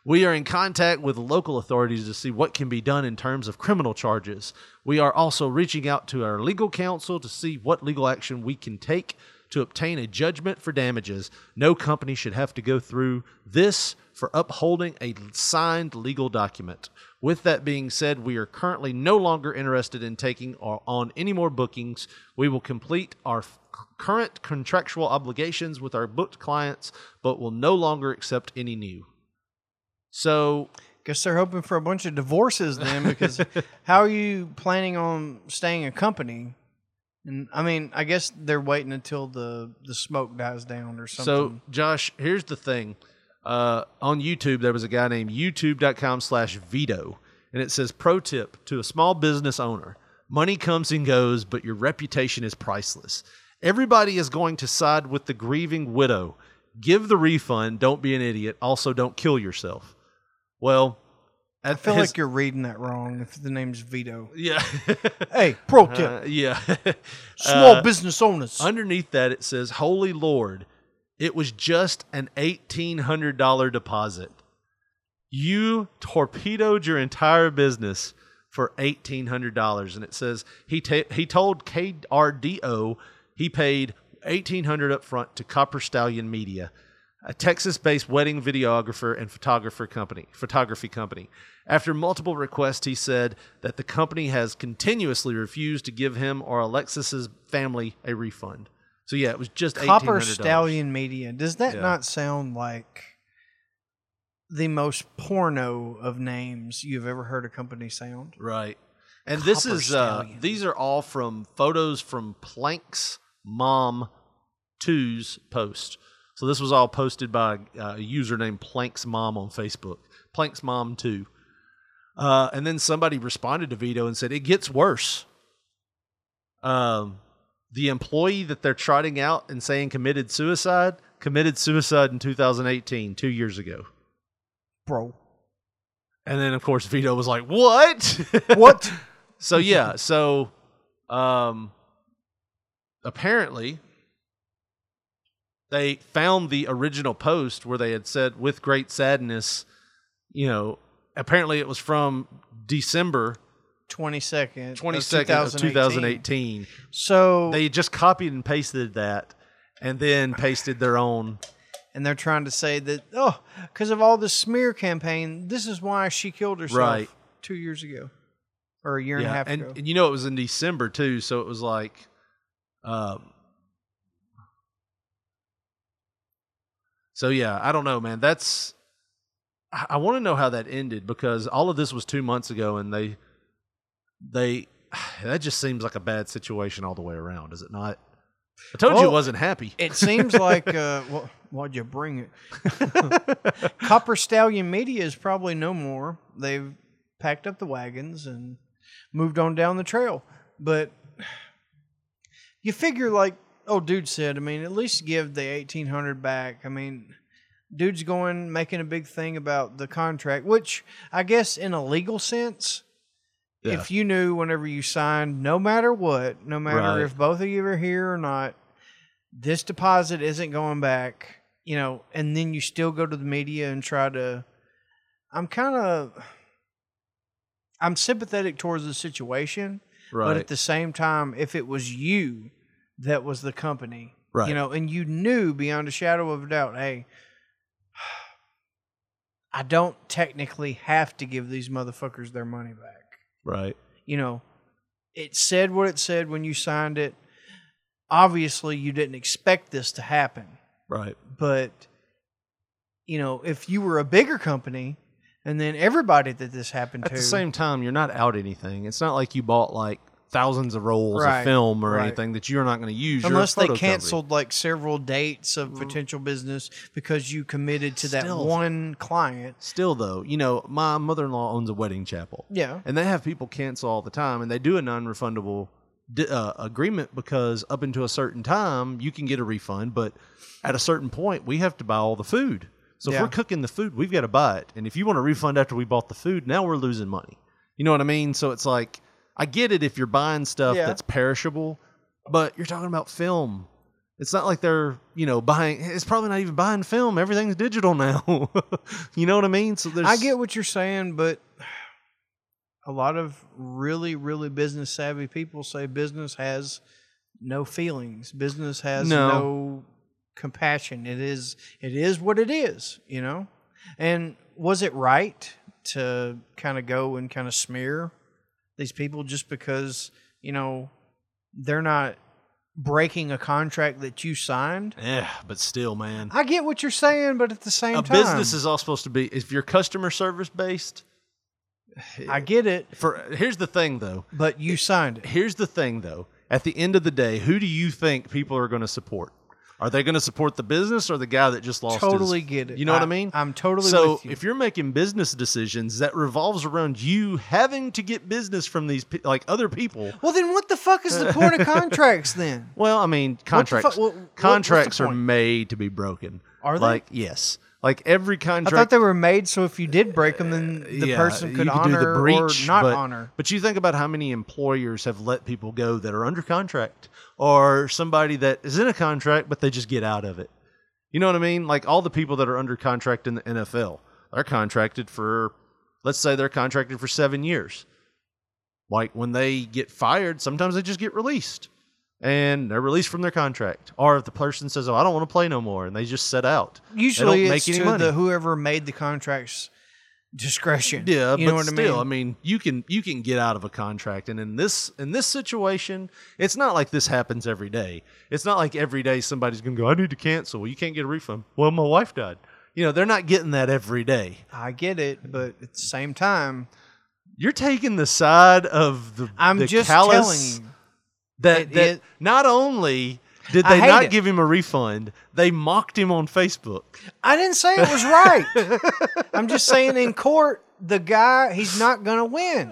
We are in contact with local authorities to see what can be done in terms of criminal charges. We are also reaching out to our legal counsel to see what legal action we can take to obtain a judgment for damages. No company should have to go through this for upholding a signed legal document. With that being said, we are currently no longer interested in taking or on any more bookings. We will complete our f- current contractual obligations with our booked clients, but will no longer accept any new. So Guess they're hoping for a bunch of divorces [laughs] then, because how are you planning on staying a company? And I mean, I guess they're waiting until the the smoke dies down or something. So, Josh, here's the thing. Uh, on YouTube, there was a guy named youtube.com slash Vito, and it says, Pro tip to a small business owner money comes and goes, but your reputation is priceless. Everybody is going to side with the grieving widow. Give the refund. Don't be an idiot. Also, don't kill yourself. Well, I feel like you're reading that wrong. If the [laughs] name's Vito, yeah, hey, pro tip: Uh, yeah. [laughs] small Uh, business owners. Underneath that, it says, Holy Lord, it was just an $1,800 deposit. You torpedoed your entire business for $1,800. And it says, he, ta- he told KRDO he paid $1,800 up front to Copper Stallion Media a Texas-based wedding videographer and photographer company, photography company. After multiple requests, he said that the company has continuously refused to give him or Alexis's family a refund. So yeah, it was just Copper $1,800. Stallion Media. Does that Yeah. not sound like the most porno of names you've ever heard a company sound? Right. And this Copper is uh, Stallion. these are all from photos from Planks Mom 2's post. So this was all posted by uh, a user named Planks Mom on Facebook. Planks Mom 2. Uh, and then somebody responded to Vito and said, It gets worse. Um, the employee that they're trotting out and saying committed suicide committed suicide in 2018, two years ago. Bro, And then, of course, Vito was like, What? [laughs] what? So yeah, so um apparently they found the original post where they had said with great sadness, you know, apparently it was from December Twenty second, 22nd of 2018. So They just copied and pasted that and then pasted their own. and they're trying to say that oh, because of all the smear campaign, this is why she killed herself Right. two years ago, or a year and a Yeah, half and, ago. and you know it was in December too, so it was like um So yeah, I don't know, man. That's I, I want to know how that ended because all of this was 2 months ago and they they [sighs] that just seems like a bad situation all the way around, is it not? I told you Well, it wasn't happy. It seems like uh, well, why'd you bring it? Copper Stallion Media is probably no more. They've packed up the wagons and moved on down the trail. But you figure, like old dude said, I mean, at least give the eighteen hundred back. I mean, dude's going making a big thing about the contract, which I guess in a legal sense. Yeah. If you knew whenever you signed, no matter what, no matter Right. if both of you are here or not, this deposit isn't going back, you know, and then you still go to the media and try to I'm kind of I'm sympathetic towards the situation, but right. at the same time, if it was you that was the company, Right. you know, and you knew beyond a shadow of a doubt, hey, [sighs] I don't technically have to give these motherfuckers their money back right. you know, it said what it said when you signed it. Obviously, you didn't expect this to happen, Right. but you know, if you were a bigger company and then everybody that this happened At to, the same time, you're not out anything. It's not like you bought like thousands of rolls Right, of film or right. anything that you're not going to use. You're a unless they photo company. canceled like several dates of potential business because you committed to that Still. one client, Still, though, you know, my mother in law owns a wedding chapel. Yeah. And they have people cancel all the time, and they do a non refundable d- uh, agreement because up until a certain time you can get a refund, but at a certain point we have to buy all the food. So if Yeah. we're cooking the food, we've got to buy it. And if you want a refund after we bought the food, now we're losing money. You know what I mean? So it's like I get it if you're buying stuff Yeah. that's perishable, but you're talking about film. It's not like they're, you know, buying it's probably not even buying film. Everything's digital now. [laughs] you know what I mean? So there's I get what you're saying, but a lot of really, really business savvy people say business has no feelings. Business has No. no, compassion. It is it is what it is, you know? And was it right to kind of go and kind of smear these people just because, you know, they're not breaking a contract that you signed? Yeah, but still, man. I get what you're saying, but at the same a time, business is all supposed to be if you're customer service based I get it, for here's the thing though but you signed it. here's the thing though at the end of the day who do you think people are going to support are they going to support the business or the guy that just lost his- Totally get it. you know what i I- mean I'm totally so with you. if you're making business decisions that revolves around you having to get business from these pe- like other people Well, then what the fuck is the point [laughs] of contracts then? Well, I mean, contracts fu- what- what- what's the contracts are point? made to be broken. Are they? Like yes, like every I contract. thought they were made so if you did break them, then the yeah, person could you do honor the breach, or not but, honor. But you think about how many employers have let people go that are under contract, or somebody that is in a contract but they just get out of it. You know what I mean? Like all the people that are under contract in the NFL, they're contracted for, let's say they're contracted for seven years. Like when they get fired, sometimes they just get released and they're released from their contract. Or if the person says, "Oh, I don't want to play no more," and they just set out. They don't Usually, make it's any to money. the whoever made the contracts discretion. Yeah, you but know what still, I I mean. mean, you can you can get out of a contract, and in this in this situation, it's not like this happens every day. It's not like every day somebody's going to go, "I need to cancel." Well, you can't get a refund. Well, my wife died. You know, they're not getting that every day. I get it, but at the same time, You're taking the side of the I'm the just callous telling you. that it- that it- not only did I they hate not it. give him a refund, they mocked him on Facebook. I didn't say it was right. [laughs] I'm just saying in court, the guy he's not gonna win.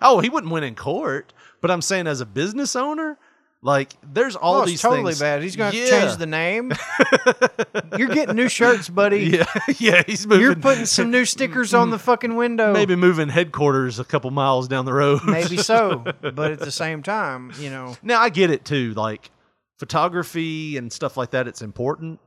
Oh, he wouldn't win in court, but I'm saying as a business owner. Like there's all Oh, it's these totally things. bad. He's gonna have to Yeah. change the [laughs] name. You're getting new shirts, buddy. Yeah, [laughs] yeah, he's moving. You're putting some new stickers on the fucking window. maybe moving headquarters a couple miles down the road. Maybe so. But at the same time, you know, [laughs] Now I get it too, like photography and stuff like that. It's important,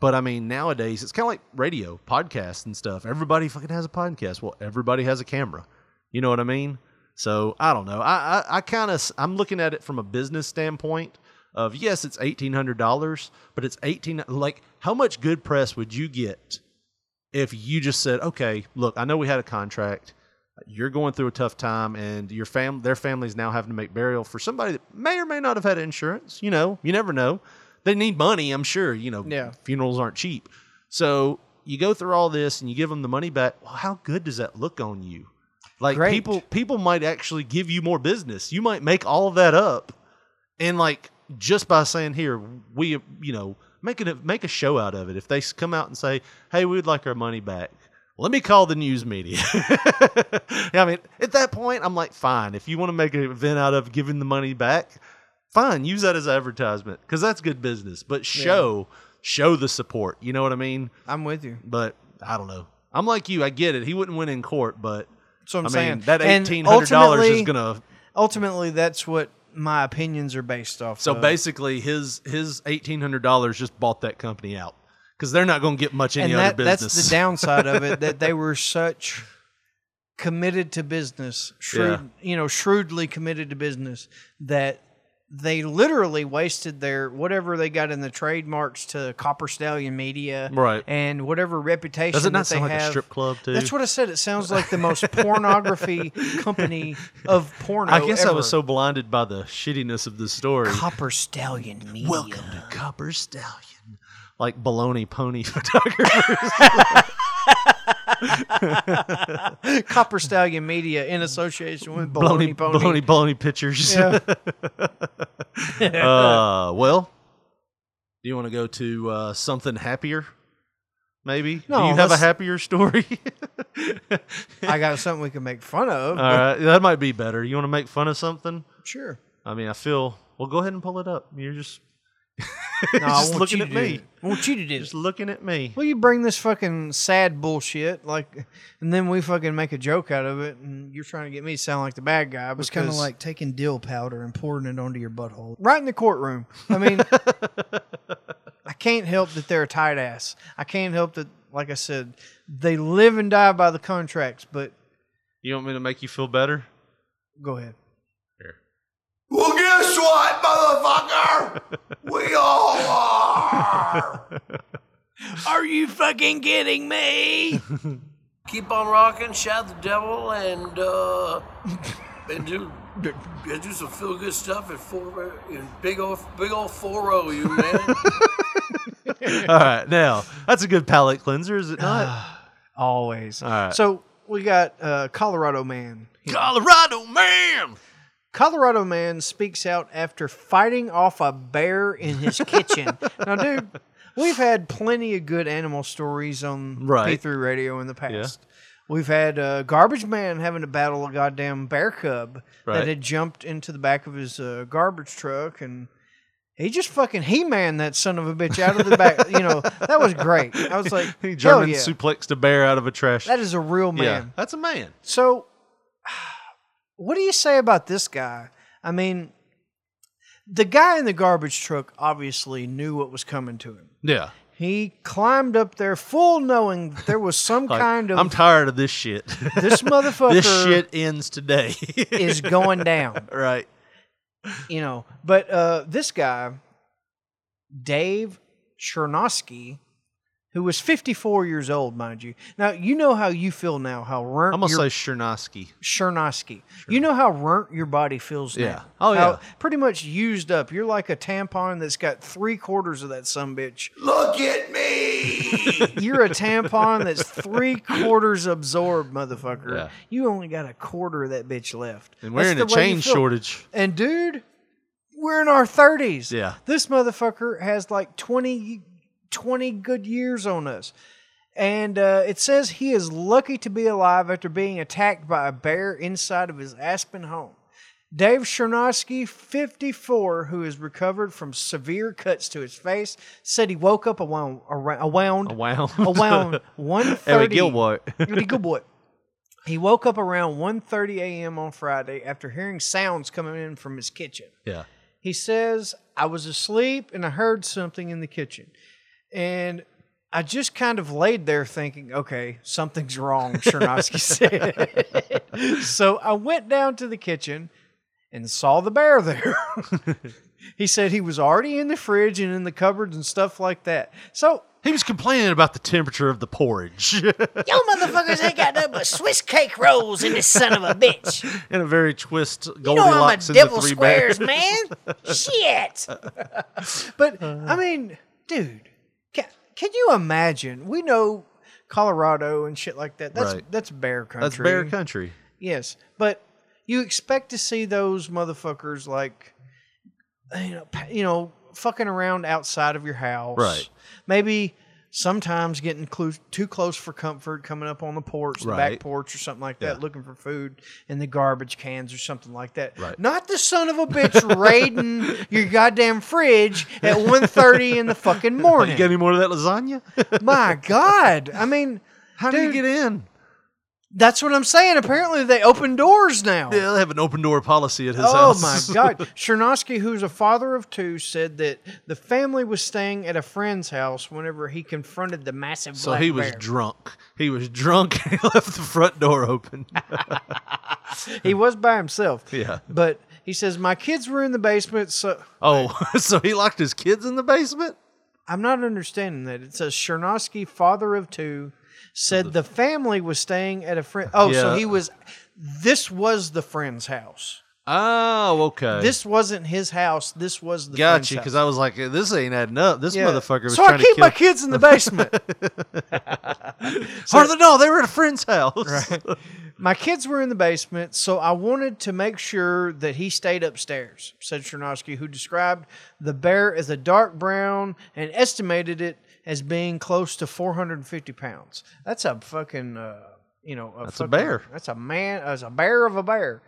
but I mean nowadays it's kind of like radio, podcasts and stuff. Everybody fucking has a podcast. Well, everybody has a camera. You know what I mean? So I don't know. I I, I kind of I'm looking at it from a business standpoint. Of yes, it's eighteen hundred dollars, but it's eighteen. Like, how much good press would you get if you just said, okay, look, I know we had a contract. You're going through a tough time, and your fam, their family's now having to make burial for somebody that may or may not have had insurance. You know, you never know. They need money, I'm sure. You know, Yeah. funerals aren't cheap. So you go through all this, and you give them the money back. Well, how good does that look on you? Like Great. people, people might actually give you more business. You might make all of that up, and like just by saying here, we you know make a make a show out of it. If they s- come out and say, "Hey, we'd like our money back," let me call the news media. [laughs] I mean, at that point, I'm like, fine. If you want to make an event out of giving the money back, fine. Use that as advertisement because that's good business. But show show the support. You know what I mean? I'm with you. But I don't know. I'm like you. I get it. He wouldn't win in court, but That's what I'm I saying. mean that And eighteen hundred dollars is ultimately- gonna Ultimately, that's what my opinions are based off. So of. basically, his his eighteen hundred dollars just bought that company out because they're not going to get much any and that, other business. that's the downside of it that [laughs] they were such committed to business, shrewd, you know, shrewdly committed to business that they literally wasted their whatever they got in the trademarks to Copper Stallion Media, Right. and whatever reputation. Does it not that they sound like a have. strip club, too? That's what I said. It sounds like the [laughs] most pornography company of porno. [laughs] I guess I was so ever. blinded by the shittiness of the story. Copper Stallion Media. Welcome to Copper Stallion, like baloney pony [laughs] photographers. Copper Stallion Media in association with baloney, Baloney Pony. baloney, baloney pictures. Yeah. [laughs] uh, well, do you want to go to uh, something happier? Maybe. Do No, you have a let's- happier [laughs] story? I got something we can make [laughs] fun of. All right, that might be better. You want to make fun of something? Sure. I mean, I feel. Well, go ahead and pull it up. You're just [laughs] No, I Just want looking you at to do me. it. I want you to do it. just looking at me. Well, you bring this fucking sad bullshit, like, and then we fucking make a joke out of it, and you're trying to get me to sound like the bad guy. It was kinda like taking dill powder and pouring it onto your butthole. Right in the courtroom. I [laughs] mean, I can't help that they're a tight ass. I can't help that, like I said, they live and die by the contracts, but You want me to make you feel better? go ahead. [laughs] Well, guess what, motherfucker? we all are. Are you fucking kidding me? Keep on rocking, shout the devil, Oh, and uh, and do and do some feel good stuff at four in big old big old four o, you man. All right, now that's a good palate cleanser, [sighs] is it not? Always. All right. So we got uh, Colorado Man. Colorado Oh, man. Colorado man speaks out after fighting off a bear [laughs] in his kitchen. now, dude, we've had plenty of good animal stories on Right. P3 Radio in the past. We've had uh, garbage man having to battle a goddamn bear cub Right. that had jumped into the back of his uh, garbage truck and. He just fucking he man that son of a bitch out of the back. you know that was great. I was like, [laughs] He German German suplexed a bear out of a trash. That is a real man. Yeah, that's a man. So, [sighs] what do you say about this guy? I mean, the guy in the garbage truck obviously knew what was coming to him. Yeah. He climbed up there full knowing that there was [laughs] some Like, kind of I'm tired of this shit. this [laughs] motherfucker this shit ends [laughs] today. [laughs] [laughs] is going down, right. you know. But uh, this guy, Dave Chernosky, who was 54 years old, mind you. Now, you know how you feel now, how run. I'm gonna say Chernosky. Chernosky. You know how runt your body feels Yeah. now. Oh, How yeah. Pretty much used up. You're like a tampon that's got three quarters of that some bitch. Look at me. [laughs] You're a tampon that's [laughs] three quarters absorbed, motherfucker. Yeah. You only got a quarter of that bitch left. And we're That's in the a way you chain feel. shortage. And dude, we're in our thirties. Yeah. This motherfucker has like 20, 20 good years on us. And uh, it says he is lucky to be alive after being attacked by a bear inside of his Aspen home. Dave Chernosky, 54, who has recovered from severe cuts to his face, said he woke up around around around Wow. around 1:30. Ellie Gilroy. Really good boy. He woke up around 1:30 a.m. on Friday after hearing sounds coming in from his kitchen. yeah. He says, I was asleep and I heard something in the kitchen. And I just kind of laid there thinking, okay, something's wrong, [laughs] Chernovsky said. so I went down to the kitchen and saw the bear there. he said he was already in the fridge and in the cupboards and stuff like that. So, [laughs] He was complaining about the temperature of the porridge [laughs] You motherfuckers ain't got nothing but Swiss cake rolls in this son of a bitch. in a very twist You know I'm a Goldilocks and the devil three squares, bears. man. [laughs] Shit. but Uh-huh. I mean, dude, can, can you imagine? We know Colorado and shit like that. That's Right. that's bear [laughs] country. That's bear country. Yes, but you expect to see those motherfuckers like you know, pa- you know, fucking around outside of your house, Right. Maybe sometimes getting clu- too close for comfort, coming up on the porch, the Right. back porch, or something like that, Yeah. looking for food in the garbage cans or something like that. Right. Not the son of a bitch raiding [laughs] your goddamn fridge at 1.30 in the fucking You morning. got any more of that [laughs] lasagna? My God, I mean. How do Dude, you get in? that's what I'm saying. Apparently, they open doors now. Yeah, they have an open door policy at his oh house. [laughs] my God. Chernosky, who's a father of two, said that the family was staying at a friend's house whenever he confronted the massive So black he was bear. drunk. He was drunk [laughs] and he left the front door [laughs] open. he was by himself. [laughs] Yeah. But he says, My kids were in the basement, so Oh, [laughs] so he locked his kids in the basement? I'm not understanding that. It says Chernosky, father of two, said the family was staying at a friend. Oh, so Yeah. he was. This was the friend's house. Oh, okay. This wasn't his house. This was the friend's gotcha. house. Because I was like, this ain't adding up. This Yeah. motherfucker was so trying I keep to kill. my kids [laughs] in the basement. Or the- no, they were at a friend's house. [laughs] My kids were in the basement, so I wanted to make sure that he stayed upstairs, said Chernovsky, who described the bear as a dark brown and estimated it as being close to 450 pounds. That's a fucking, uh, you know, That's a fucking- bear. That's a man. That's a bear of a bear.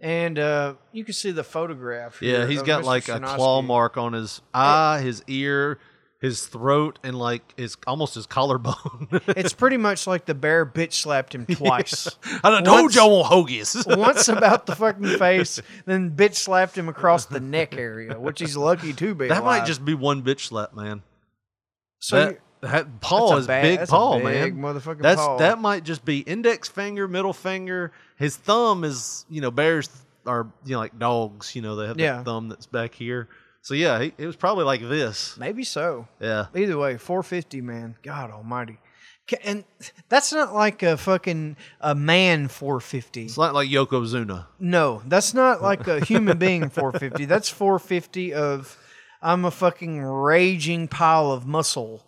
And uh, you can see the photograph. Yeah, here he's of got Mr. like a claw Shinosky. mark on his eye, his ear, his throat, and like his almost his collarbone. [laughs] It's pretty much like the bear bitch slapped him twice. I done told Once- y'all want hoagies. [laughs] Once about the fucking face, then bitch slapped him across the neck area, which he's lucky to be. that might alive. just be one bitch slap, man. so that, you- that paw that's a is bad- big that's a paw, big man. motherfucking that's paw. that might just be index finger, middle finger. His thumb is, you know, bears are you know like dogs. You know, they have the Yeah. thumb that's back here. So yeah, he, it was probably like this. maybe so. Yeah, Either way, 450, man. God almighty. Ca- And that's not like a fucking a man 450. it's not like [laughs] Yokozuna. No, that's not like a human being 450. That's 450 of I'm a fucking raging pile of muscle.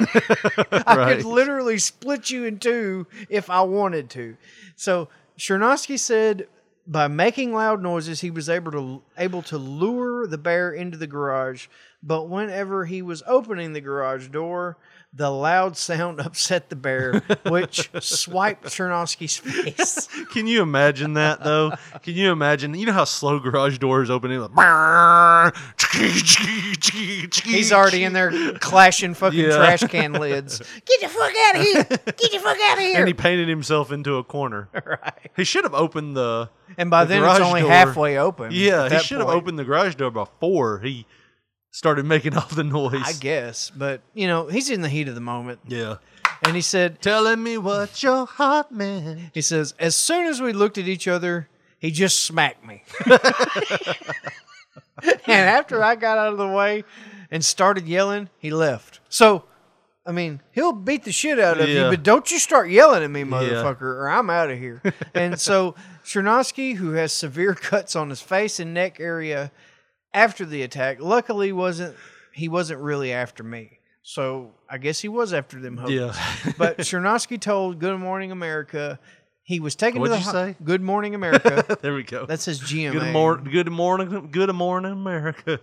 I Right. could literally split you in two if I wanted to. So Chernovsky said by making loud noises, he was able to able to lure the bear into the garage. But whenever he was opening the garage door, the loud sound [laughs] upset the bear, which swiped Chernovsky's [laughs] face. Can you imagine that though? [laughs] Can you imagine? You know how slow garage doors open. Like, He's He's already in there clashing fucking Yeah. trash can lids. Get the fuck out of here! Get the fuck out of here! and And, he painted himself into a [laughs] corner. Right. He should have opened the. by the then it's garage only door- halfway open. Yeah, at he that should have point. opened the garage door before he started making all the noise. I guess, but you know he's in the heat of the moment, [laughs] Yeah. and he said Telling me what your heart meant. he says as soon as we looked at each other, he just smacked me. [laughs] and after I got out of the way and started yelling, he left. So. I mean, he'll beat the shit out of Yeah. you, but don't you start yelling at me, motherfucker, or I'm out [laughs] of here. and so Chernovsky, who has severe cuts on his face and neck area after the attack, luckily wasn't he wasn't really after me. So I guess he was after them hoes. Yeah. [laughs] but Chernovsky told Good Morning America he was taken What'd to the you ho- say? Good [laughs] Morning America. There we go. That's his GMA. good morning. Good morning. Good morning, America.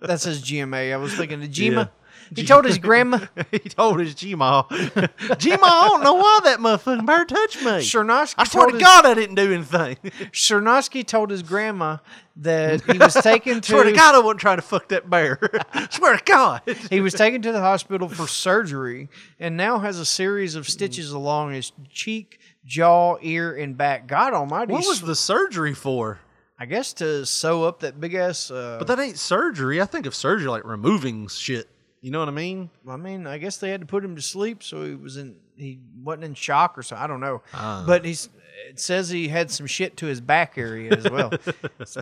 That's his GMA. I was thinking of Gema. Yeah. He told his grandma [laughs] he told his [laughs] Gmail. Gmail, I don't know why that motherfucking bird touched me. Chernovsky I swear told to his- God, I didn't do [laughs] anything. Chernovsky told his grandma [laughs] that he was taken to swear to God, I wasn't trying to fuck that bear. [laughs] swear to [laughs] God. he was taken to the hospital for surgery and now has a series of stitches along his cheek, jaw, ear, and back. God almighty. What was the surgery for? I guess to sew up that big ass. Uh, But that ain't surgery. I think of surgery like removing shit. You know what I mean? I mean, I guess they had to put him to sleep, so he was in he wasn't in shock or something. I don't know. Ah. But he's it says he had some shit to his back area [laughs] as well.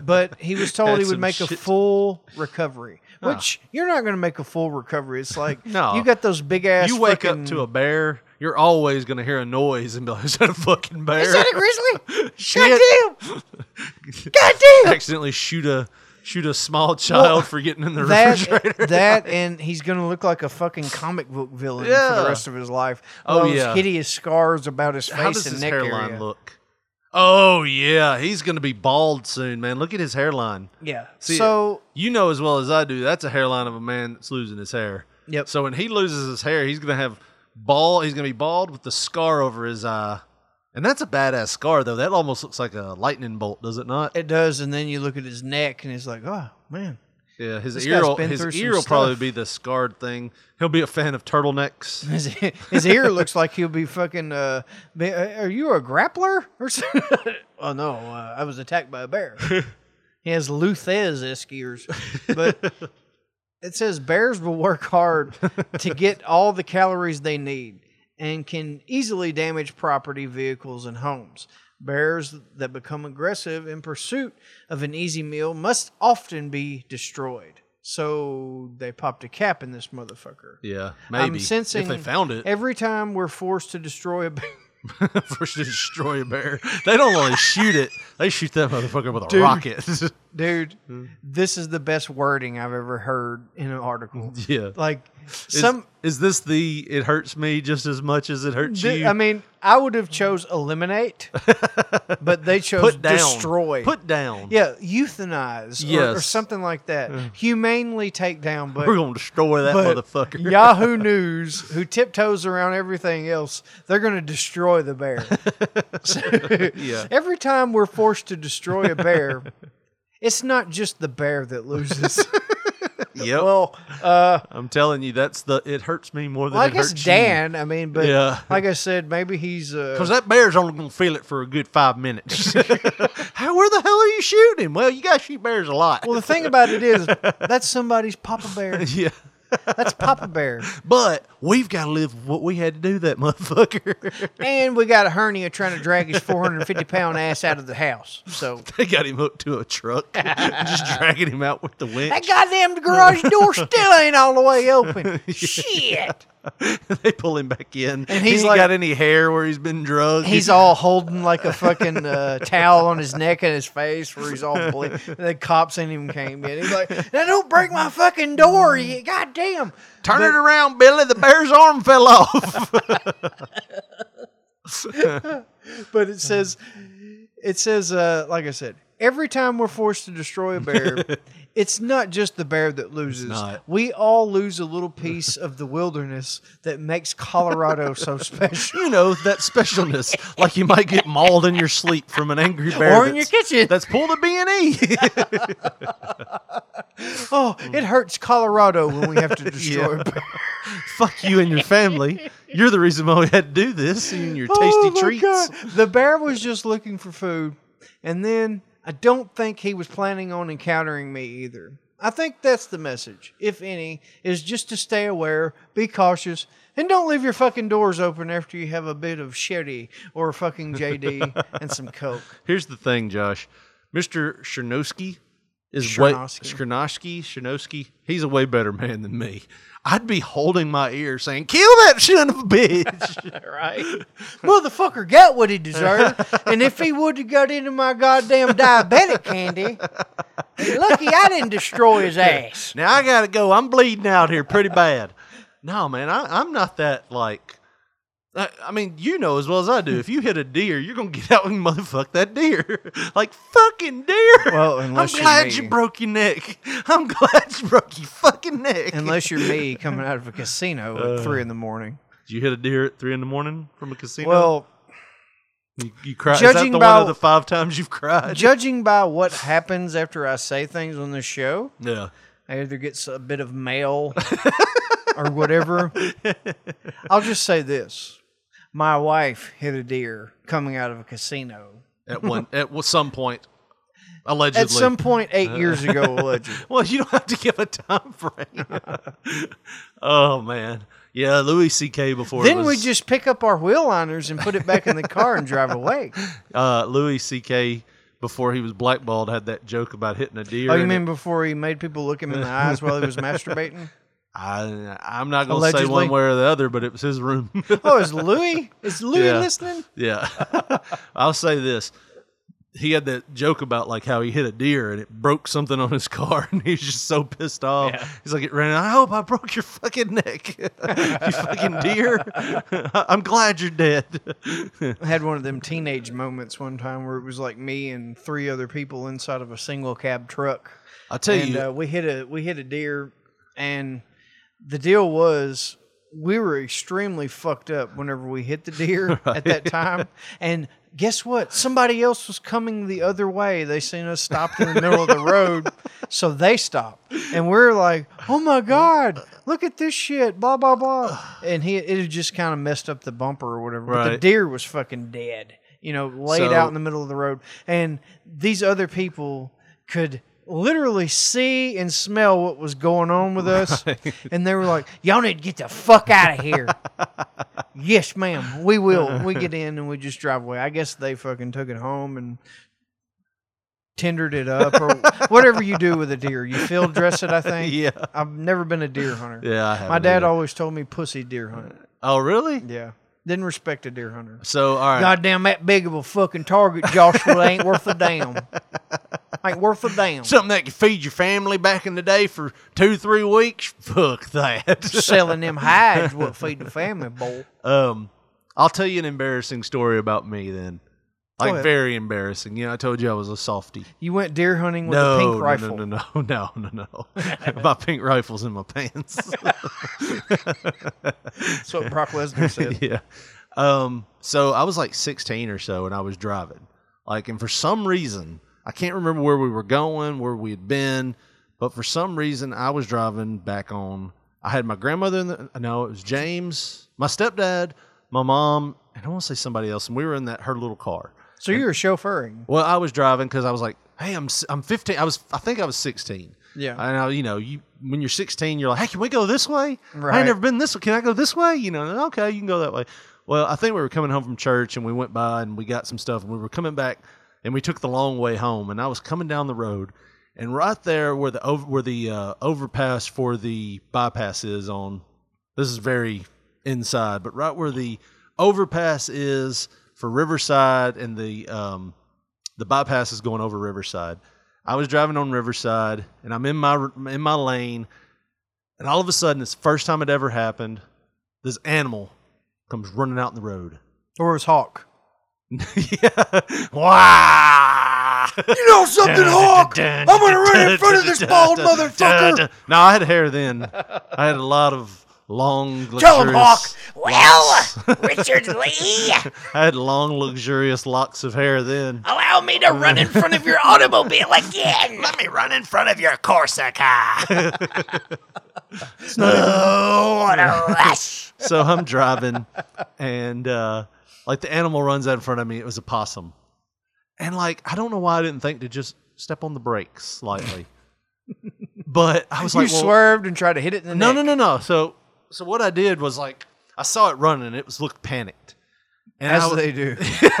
but he was told Had he would some make a shit. Ah. full recovery, which you're not going to make a full recovery. It's like No. you got those big ass. you wake fucking- up [laughs] to a bear, you're always gonna hear a noise and be like, [laughs] "Is that a fucking bear? Is that [laughs] a grizzly? Shit. Goddamn! Goddamn! Accidentally shoot a shoot a small child for getting in [laughs] the refrigerator. that that and he's gonna look like a fucking comic book villain for Yeah. the rest of his life. Oh, Those yeah. hideous scars about his [laughs] face How does and his neck hairline area. look? Oh yeah, he's gonna be bald soon, man. Look at his hairline. Yeah. See, so you know as well as I do, that's a hairline of a man that's losing his hair. Yep. So when he loses his hair, he's gonna have bald. He's gonna be bald with the scar over his eye, and that's a badass scar though. That almost looks like a lightning bolt, does it not? it does, and then you look at his neck and it's like, oh man. Yeah. His This ear, guy's will, been his through some ear will probably stuff. be the scarred thing. He'll be a fan of [laughs] turtlenecks. His, his ear looks like he'll be fucking. Uh, be, uh, are you a grappler or something? [laughs] oh no, uh, I was attacked by a bear. he has Luthez esque ears, but it says bears will work hard to get all the calories they need and can easily damage property, vehicles, and homes. Bears that become aggressive in pursuit of an easy meal must often be destroyed. So they popped a cap in this motherfucker. Yeah, maybe. I'm sensing if they found [laughs] it, Every time we're forced to destroy a bear, first to destroy a bear. They don't only shoot it; they shoot that motherfucker with a rocket. [laughs] [laughs] Dude, Hmm. this is the best wording I've ever heard in an article. [laughs] Yeah. Like Is, some is this the it hurts me just as much as it hurts Th- you? I mean, I would have chose [laughs] eliminate, but they chose put down, destroy. put down. yeah, euthanize or- or, Yes. something like that. Humanely take down, but we're gonna destroy that but motherfucker. [laughs] Yahoo News, who tiptoes around everything else, they're going to destroy [laughs] the bear. So, [laughs] Every time we're forced to destroy [laughs] a bear, it's not just the bear that loses. Yep. well, uh, I'm telling you, that's the it hurts me more than well, I it guess hurts Dan. I mean, but Yeah. like I said, maybe he's uh, Because that bear's only gonna feel it for a good five minutes. [laughs] How where the hell are you shooting? Well, you guys shoot bears a lot. [laughs] Well, the thing about it is, that's somebody's Papa Bear. yeah. That's [laughs] Papa Bear. But we've got to live what we had to do to that motherfucker. And we got a hernia trying to drag his 450 pound ass out of the house. So [laughs] they got him hooked to a truck, [laughs] and just dragging him out with the winch. that goddamn garage door still ain't all the [laughs] way open. Shit. they pull him back in, and he's he ain't like- got any hair where he's been drugged. He's all holding like a fucking uh, towel on his neck and his face where he's all ble- and The cops ain't even came yet. He's like, now don't break my fucking door. You goddamn. turn it around, Billy. The bear's arm fell off. [laughs] but it says it says uh, like I said, every time we're forced to destroy a bear, it's not just the bear that loses. not. We all lose a little piece of the wilderness that makes Colorado so special. you know that specialness, like you might get mauled in your sleep from an angry bear, Or in your that's- kitchen. That's pulled a B and E. [laughs] Oh, it hurts Colorado when we have to destroy a bear. Fuck you and your family. You're the reason why we had to do this. You and your tasty Oh, my treats. God. The bear was just looking for food, and then I don't think he was planning on encountering me either. I think that's the message, if any, is just to stay aware, be cautious, and don't leave your fucking doors open after you have a bit of sherry or fucking [laughs] JD and some coke. Here's the thing, Josh. Mr. Chernosky is way Chernosky. Chernosky, Chernosky. He's a way better man than me. I'd be holding my ear saying, "Kill that son of a bitch!" Right? Motherfucker got what he deserved, and if he would have got into my goddamn diabetic candy, lucky I didn't destroy his ass. now I gotta go. I'm bleeding out here pretty bad. No, man, I, I'm not that like. I, I mean, you know as well as I do. If you hit a deer, you're gonna get out and motherfuck that deer, [laughs] like fucking deer. Well, unless I'm you're glad me. you broke your neck. [laughs] I'm glad you broke your fucking neck. Unless you're me coming out of a casino at three in the morning. Did you hit a deer at three in the morning from a casino? Well, You, you cry. is Judging that the by- one of the five times you've cried? judging by what happens after I say things on this show, yeah. I either get a bit [laughs] of mail or whatever. I'll just say this: my wife hit a deer coming out of a casino At one at wa- some point, allegedly. [laughs] Uh. at some point eight years [laughs] ago. Allegedly, Well, you don't have to give a time frame. oh man, yeah, Louis C.K. Before it then we was, just pick up our wheel liners and put it back in the car and [laughs] drive away. uh, Louis C.K. before he was blackballed had that joke about hitting a deer. Oh, you and mean it- before he made people look him in [laughs] the eyes while he was masturbating? I, I'm not going to say Allegedly. one way or the other, but it was his room. [laughs] Oh, is Louis? Is Louis Yeah. listening? Yeah. [laughs] I'll say this. He had that joke about like how he hit a deer and it broke something on his car [laughs] and he was just so pissed off. He's like, it ran. I hope I broke your fucking neck, [laughs] you fucking [laughs] deer. [laughs] I- I'm glad you're dead. I had one of them teenage moments one time where it was like me and three other people inside of a single cab truck, I tell and you, uh, we hit a we hit a deer, and the deal was we were extremely fucked up whenever we hit the [laughs] deer at that time, and guess what? Somebody else was coming the other way. They seen us stopped in the middle of the road, [laughs] so they stopped, and we are like, "Oh my god, look at this shit!" Blah blah [sighs] blah, and he it had just kind of messed up the bumper or whatever. But the Right. deer was fucking dead, you know, laid So- out in the middle of the road. And these other people could literally see and smell what was going on with us. And they were like, y'all need to get the fuck out of [laughs] here. yes, ma'am. We will. We get in and we just drive away. I guess they fucking took it home and tendered it up [laughs] or whatever you do with a deer. You field dress it, I think. Yeah. I've never been a deer hunter. yeah, I My haven't dad either. always told me pussy deer hunt. Oh, really? Yeah. Didn't respect a deer hunter. So all right, Goddamn, that big of a fucking target, Joshua ain't worth a damn. like worth a damn. Something that could feed your family back in the day for two, three weeks. Fuck [laughs] that. Selling them hides will feed the family, boy. Um, I'll tell you an embarrassing story about me then. Like ahead. very embarrassing. You know, I told you I was a softie. You went deer hunting with no, a pink no, rifle. No, no, no, no, no, no. [laughs] My pink rifle's in my [laughs] pants. That's what Brock Lesnar [laughs] said. yeah. Um, so I was like 16 or so and I was driving. Like, and for some reason, I can't remember where we were going, where we had been, but for some reason, I was driving back on. I had my grandmother in the, no, it was James, my stepdad, my mom, and I want to say somebody else. And we were in that, her little car. So you were chauffeuring. Well, I was driving because I was like, "Hey, I'm s- I'm 15. I was I think I was 16. Yeah. And I, you know, you when you're 16, you're like, "Hey, can we go this way? I Right. ain't never been this way. Can I go this way? You know, and, okay, you can go that way. Well, I think we were coming home from church and we went by and we got some stuff and we were coming back and we took the long way home and I was coming down the road and right there where the over where the uh, overpass for the bypass is on this is very inside, but right where the overpass is for Riverside and the um, the bypass is going over Riverside. I was driving on Riverside, and I'm in my in my lane, and all of a sudden, it's the first time it ever happened. This animal comes running out in the road. [laughs] Or was Hawk. yeah, wow! You [laughs] know something, Hawk? I'm gonna run in front of this bald motherfucker. No, I had hair then. I had a lot of long. [laughs] Tell him, Hawk. luxurious Well, locks. Richard Lee, [laughs] I had long, luxurious locks of hair then. allow me to run in front of your automobile again. [laughs] Let me run in front of your Corsica. oh, what a rush. so I'm driving, and uh, like the animal runs out in front of me. It was a possum, and like I don't know why I didn't think to just step on the brakes slightly, but I was You like, well, swerved and tried to hit it in the no, neck. no, no, no. So, so what I did was like I saw it running. It was looked panicked, and As I, they do.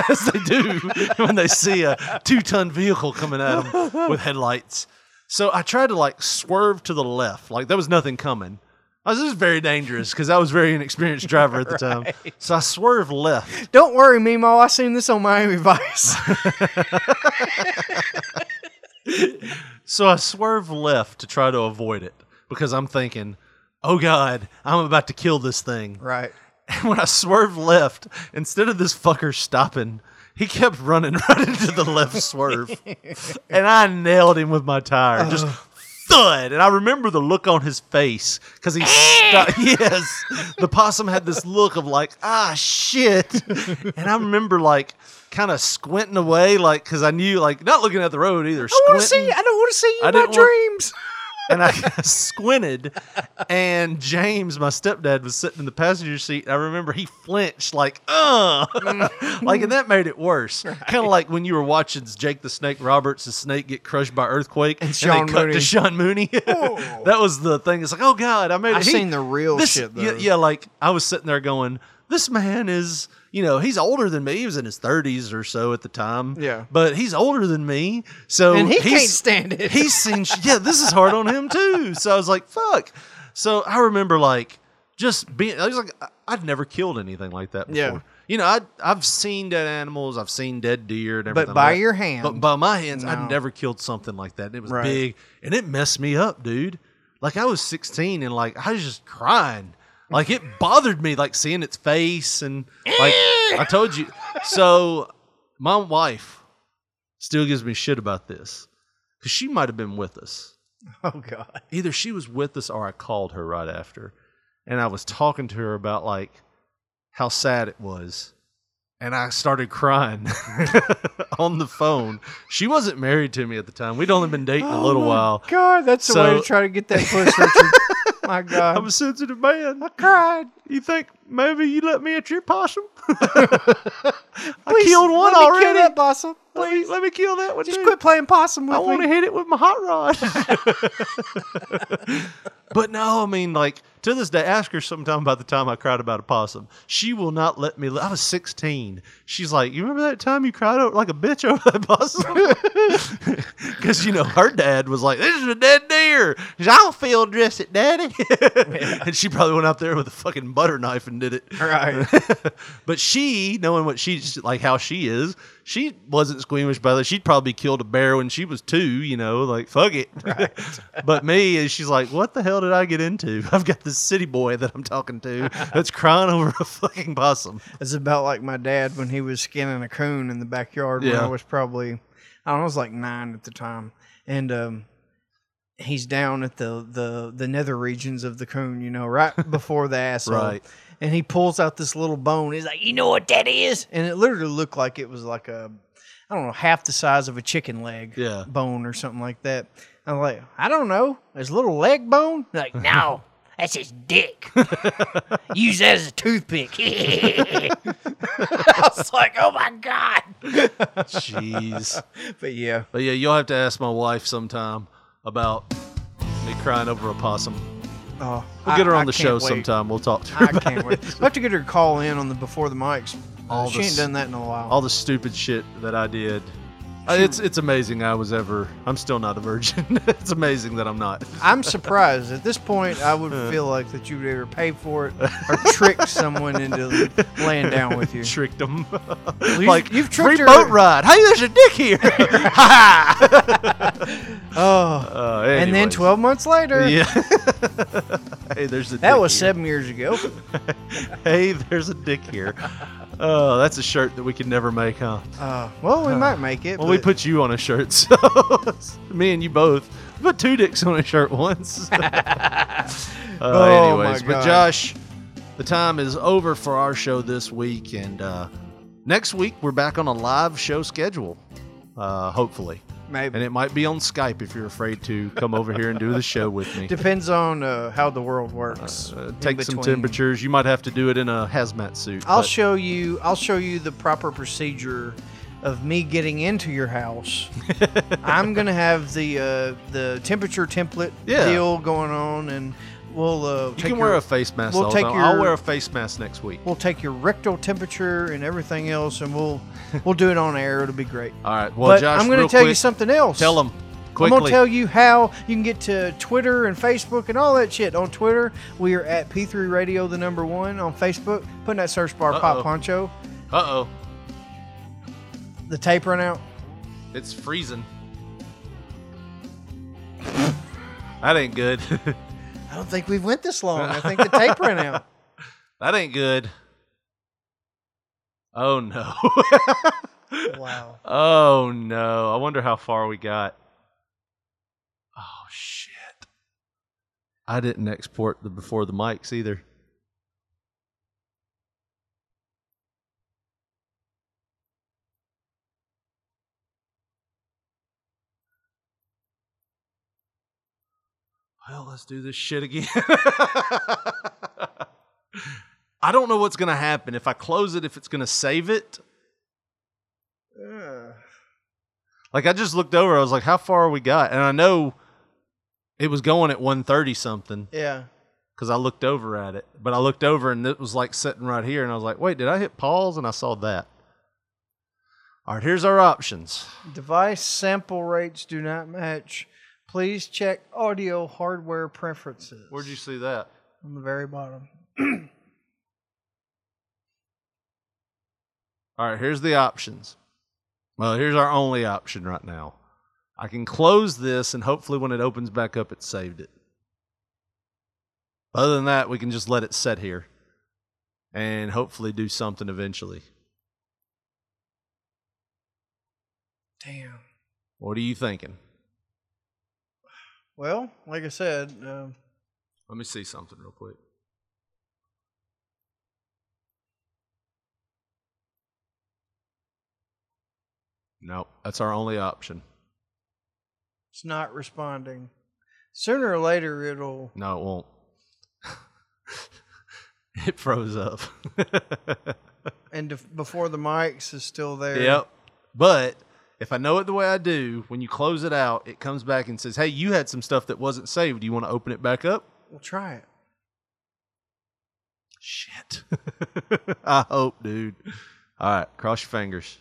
as they do when they see a two-ton vehicle coming at them with headlights. So I tried to like swerve to the left, like there was nothing coming. I was this is very dangerous because I was a very inexperienced driver at the time. So I swerved left. [laughs] Don't worry, Mimo. I seen this on Miami [laughs] Vice. So I swerved left to try to avoid it because I'm thinking, "Oh God, I'm about to kill this thing." right. And [laughs] when I swerved left, instead of this fucker stopping, he kept running [laughs] right into the left [laughs] swerve. and I nailed him with my tire. Just Uh. thud. And I remember the look on his face because he stopped. [laughs] Yes. The possum had this look of like, ah, shit. And I remember like kind of squinting away, like, because I knew, like, not looking at the road either. I want to squinting see. I don't want to see you I in my didn't want- dreams. and I [laughs] squinted, and James, my stepdad, was sitting in the passenger seat. I remember he flinched, like, uh, [laughs] like, and that made it worse. Kind of like when you were watching Jake the Snake Roberts, the snake get crushed by earthquake, and, Sean they cut Mooney. to Sean Mooney. [laughs] that was the thing. It's like, oh god, I made. I've it. He- seen the real this- shit, Yeah, though. yeah, like I was sitting there going, this man is. You know, he's older than me. He was in his 30s or so at the time. Yeah. But he's older than me. So And he he's- can't stand it. He's seen, sh- yeah, this is hard on him too. So I was like, fuck. So I remember like just being, I was like, I- I'd never killed anything like that before. Yeah. You know, I, I've seen dead animals, I've seen dead deer and everything. by like that. your hand. But by my hands, No. I'd never killed something like that. And it was Right. big and it messed me up, dude. Like I was 16 and like I was just crying. Like it bothered me, like seeing its face and like I told you. So my wife still gives me shit about this because she might have been with us. [laughs] Oh God. Either she was with us or I called her right after, and I was talking to her about like how sad it was, and I started crying [laughs] on the phone. She wasn't married to me at the time. We'd only been dating a little while. Oh God, that's the way So- to try to get that puss, Richard. [laughs] my God. I'm a sensitive man. cried. You think maybe you let me at your possum? [laughs] I killed one Let me already. Kill that possum. let, me, Please. let me kill that one. Just too. quit playing possum with I want to me. hit it with my hot rod. [laughs] But no, I mean, like to this day, ask her sometime about the time I cried about a possum. She will not let me. I was 16. She's like, you remember that time you cried o- like a bitch over that [laughs] possum? Because you know her dad was like, this is a dead deer. She's, I don't feel dress it, daddy. [laughs] and she probably went out there with a fucking butter knife and did it. [laughs] Right. but she, knowing what she's like, how she is, she wasn't squeamish by that. She'd probably killed a bear when she was two, you know, like fuck it. [laughs] but me, is she's like, what the hell did I get into? [laughs] I've got this city boy that I'm talking to that's crying over a fucking possum. It's about like my dad when he was skinning a coon in the backyard when Yeah. I was probably, I don't know, I was like nine at the time, and um, he's down at the the the nether regions of the coon, you [laughs] know, right before the asshole. Right. And he pulls out this little bone. He's like, "You know what that is?" And it literally looked like it was like a, I don't know, half the size of a chicken leg Yeah. bone or something like that. I'm like, I don't know, his little leg bone. Like, no, that's his [laughs] dick. Use that as [laughs] a toothpick. I was like, oh my god. Jeez. But yeah, [laughs] But yeah, you'll have to ask my wife sometime about me crying over a possum. oh, We'll get her on the show can't wait. sometime. We'll talk to her. I can't wait. We'll have to get her to call in on the before the mics. All she the ain't s- done that in a while. all the stupid shit that I did. Uh, It's it's amazing I was ever. I'm still not a virgin. [laughs] it's amazing that I'm not. I'm surprised at this point. [laughs] I would feel like that you would either pay for it or trick someone into laying down with you. Tricked [laughs] them. you- like you've free tricked her- boat ride. Hey, there's a dick here. [laughs] Ha Oh, ha. Uh, and then anyways. 12 months later, Yeah. [laughs] hey, there's a. that dick was here. seven years ago. Hey, there's a dick here. Oh, that's a shirt that we could never make, huh? Uh, well, we might make it. Well, we but- put you on a shirt, [laughs] so me and you both we put two dicks on a shirt once. [laughs] Uh, [laughs] Oh, my anyways, but God. Josh, the time is over for our show this week, and uh, next week we're back on a live show schedule, uh, hopefully, maybe. and it might be on Skype if you're afraid to come over here and do the show with [laughs] me. Depends on uh, how the world works. Uh, in take some between. temperatures. You might have to do it in a hazmat suit. I'll but- show you. I'll show you the proper procedure of me getting into [laughs] your house. I'm gonna have the uh, the temperature template Yeah. deal going on, and we'll uh, you take can your, wear a face mask. we'll all take the time. I'll your- wear a face mask next week. we'll take your rectal temperature and everything else, and we'll we'll do it on air. It'll be great. All right. Well, but Josh, I'm gonna real tell you quick, something else. Tell them quickly. I'm gonna tell you how you can get to Twitter and Facebook and all that shit. On Twitter, we are at P3 Radio, the number one. On Facebook, put in that search bar Uh-oh. Pop Poncho. Uh oh, The tape run out. it's freezing. that ain't good. I don't think we've went this long. [laughs] I think the tape ran [laughs] out. that ain't good. Oh no. Wow. oh no. I wonder how far we got. Oh shit. I didn't export the before the mics either. Well, let's do this shit again. [laughs] I don't know what's going to happen. If I close it, if it's going to save it. Like, I just looked over. I was like, how far we got? And I know it was going at 130 something Yeah. because I looked over at it. But I looked over and it was like sitting right here. And I was like, wait, did I hit pause? And I saw that. All right, here's our options. Device sample rates do not match. Please check audio hardware preferences. Where'd you see that? On the very bottom. All right, here's the options. Well, here's our only option right now. I can close this and hopefully when it opens back up, it saved it. Other than that, we can just let it set here and hopefully do something eventually. Damn. What are you thinking? Well, like I said, um, Let me see something real quick. Nope, that's our only option. it's not responding. Sooner or later, it'll. No, it won't. [laughs] it froze up. [laughs] And if, before the mics is still there. yep. But if I know it the way I do, when you close it out, it comes back and says, "Hey, you had some stuff that wasn't saved. Do you want to open it back up?" We'll try it. [laughs] Shit. I hope, dude. All right, cross your fingers.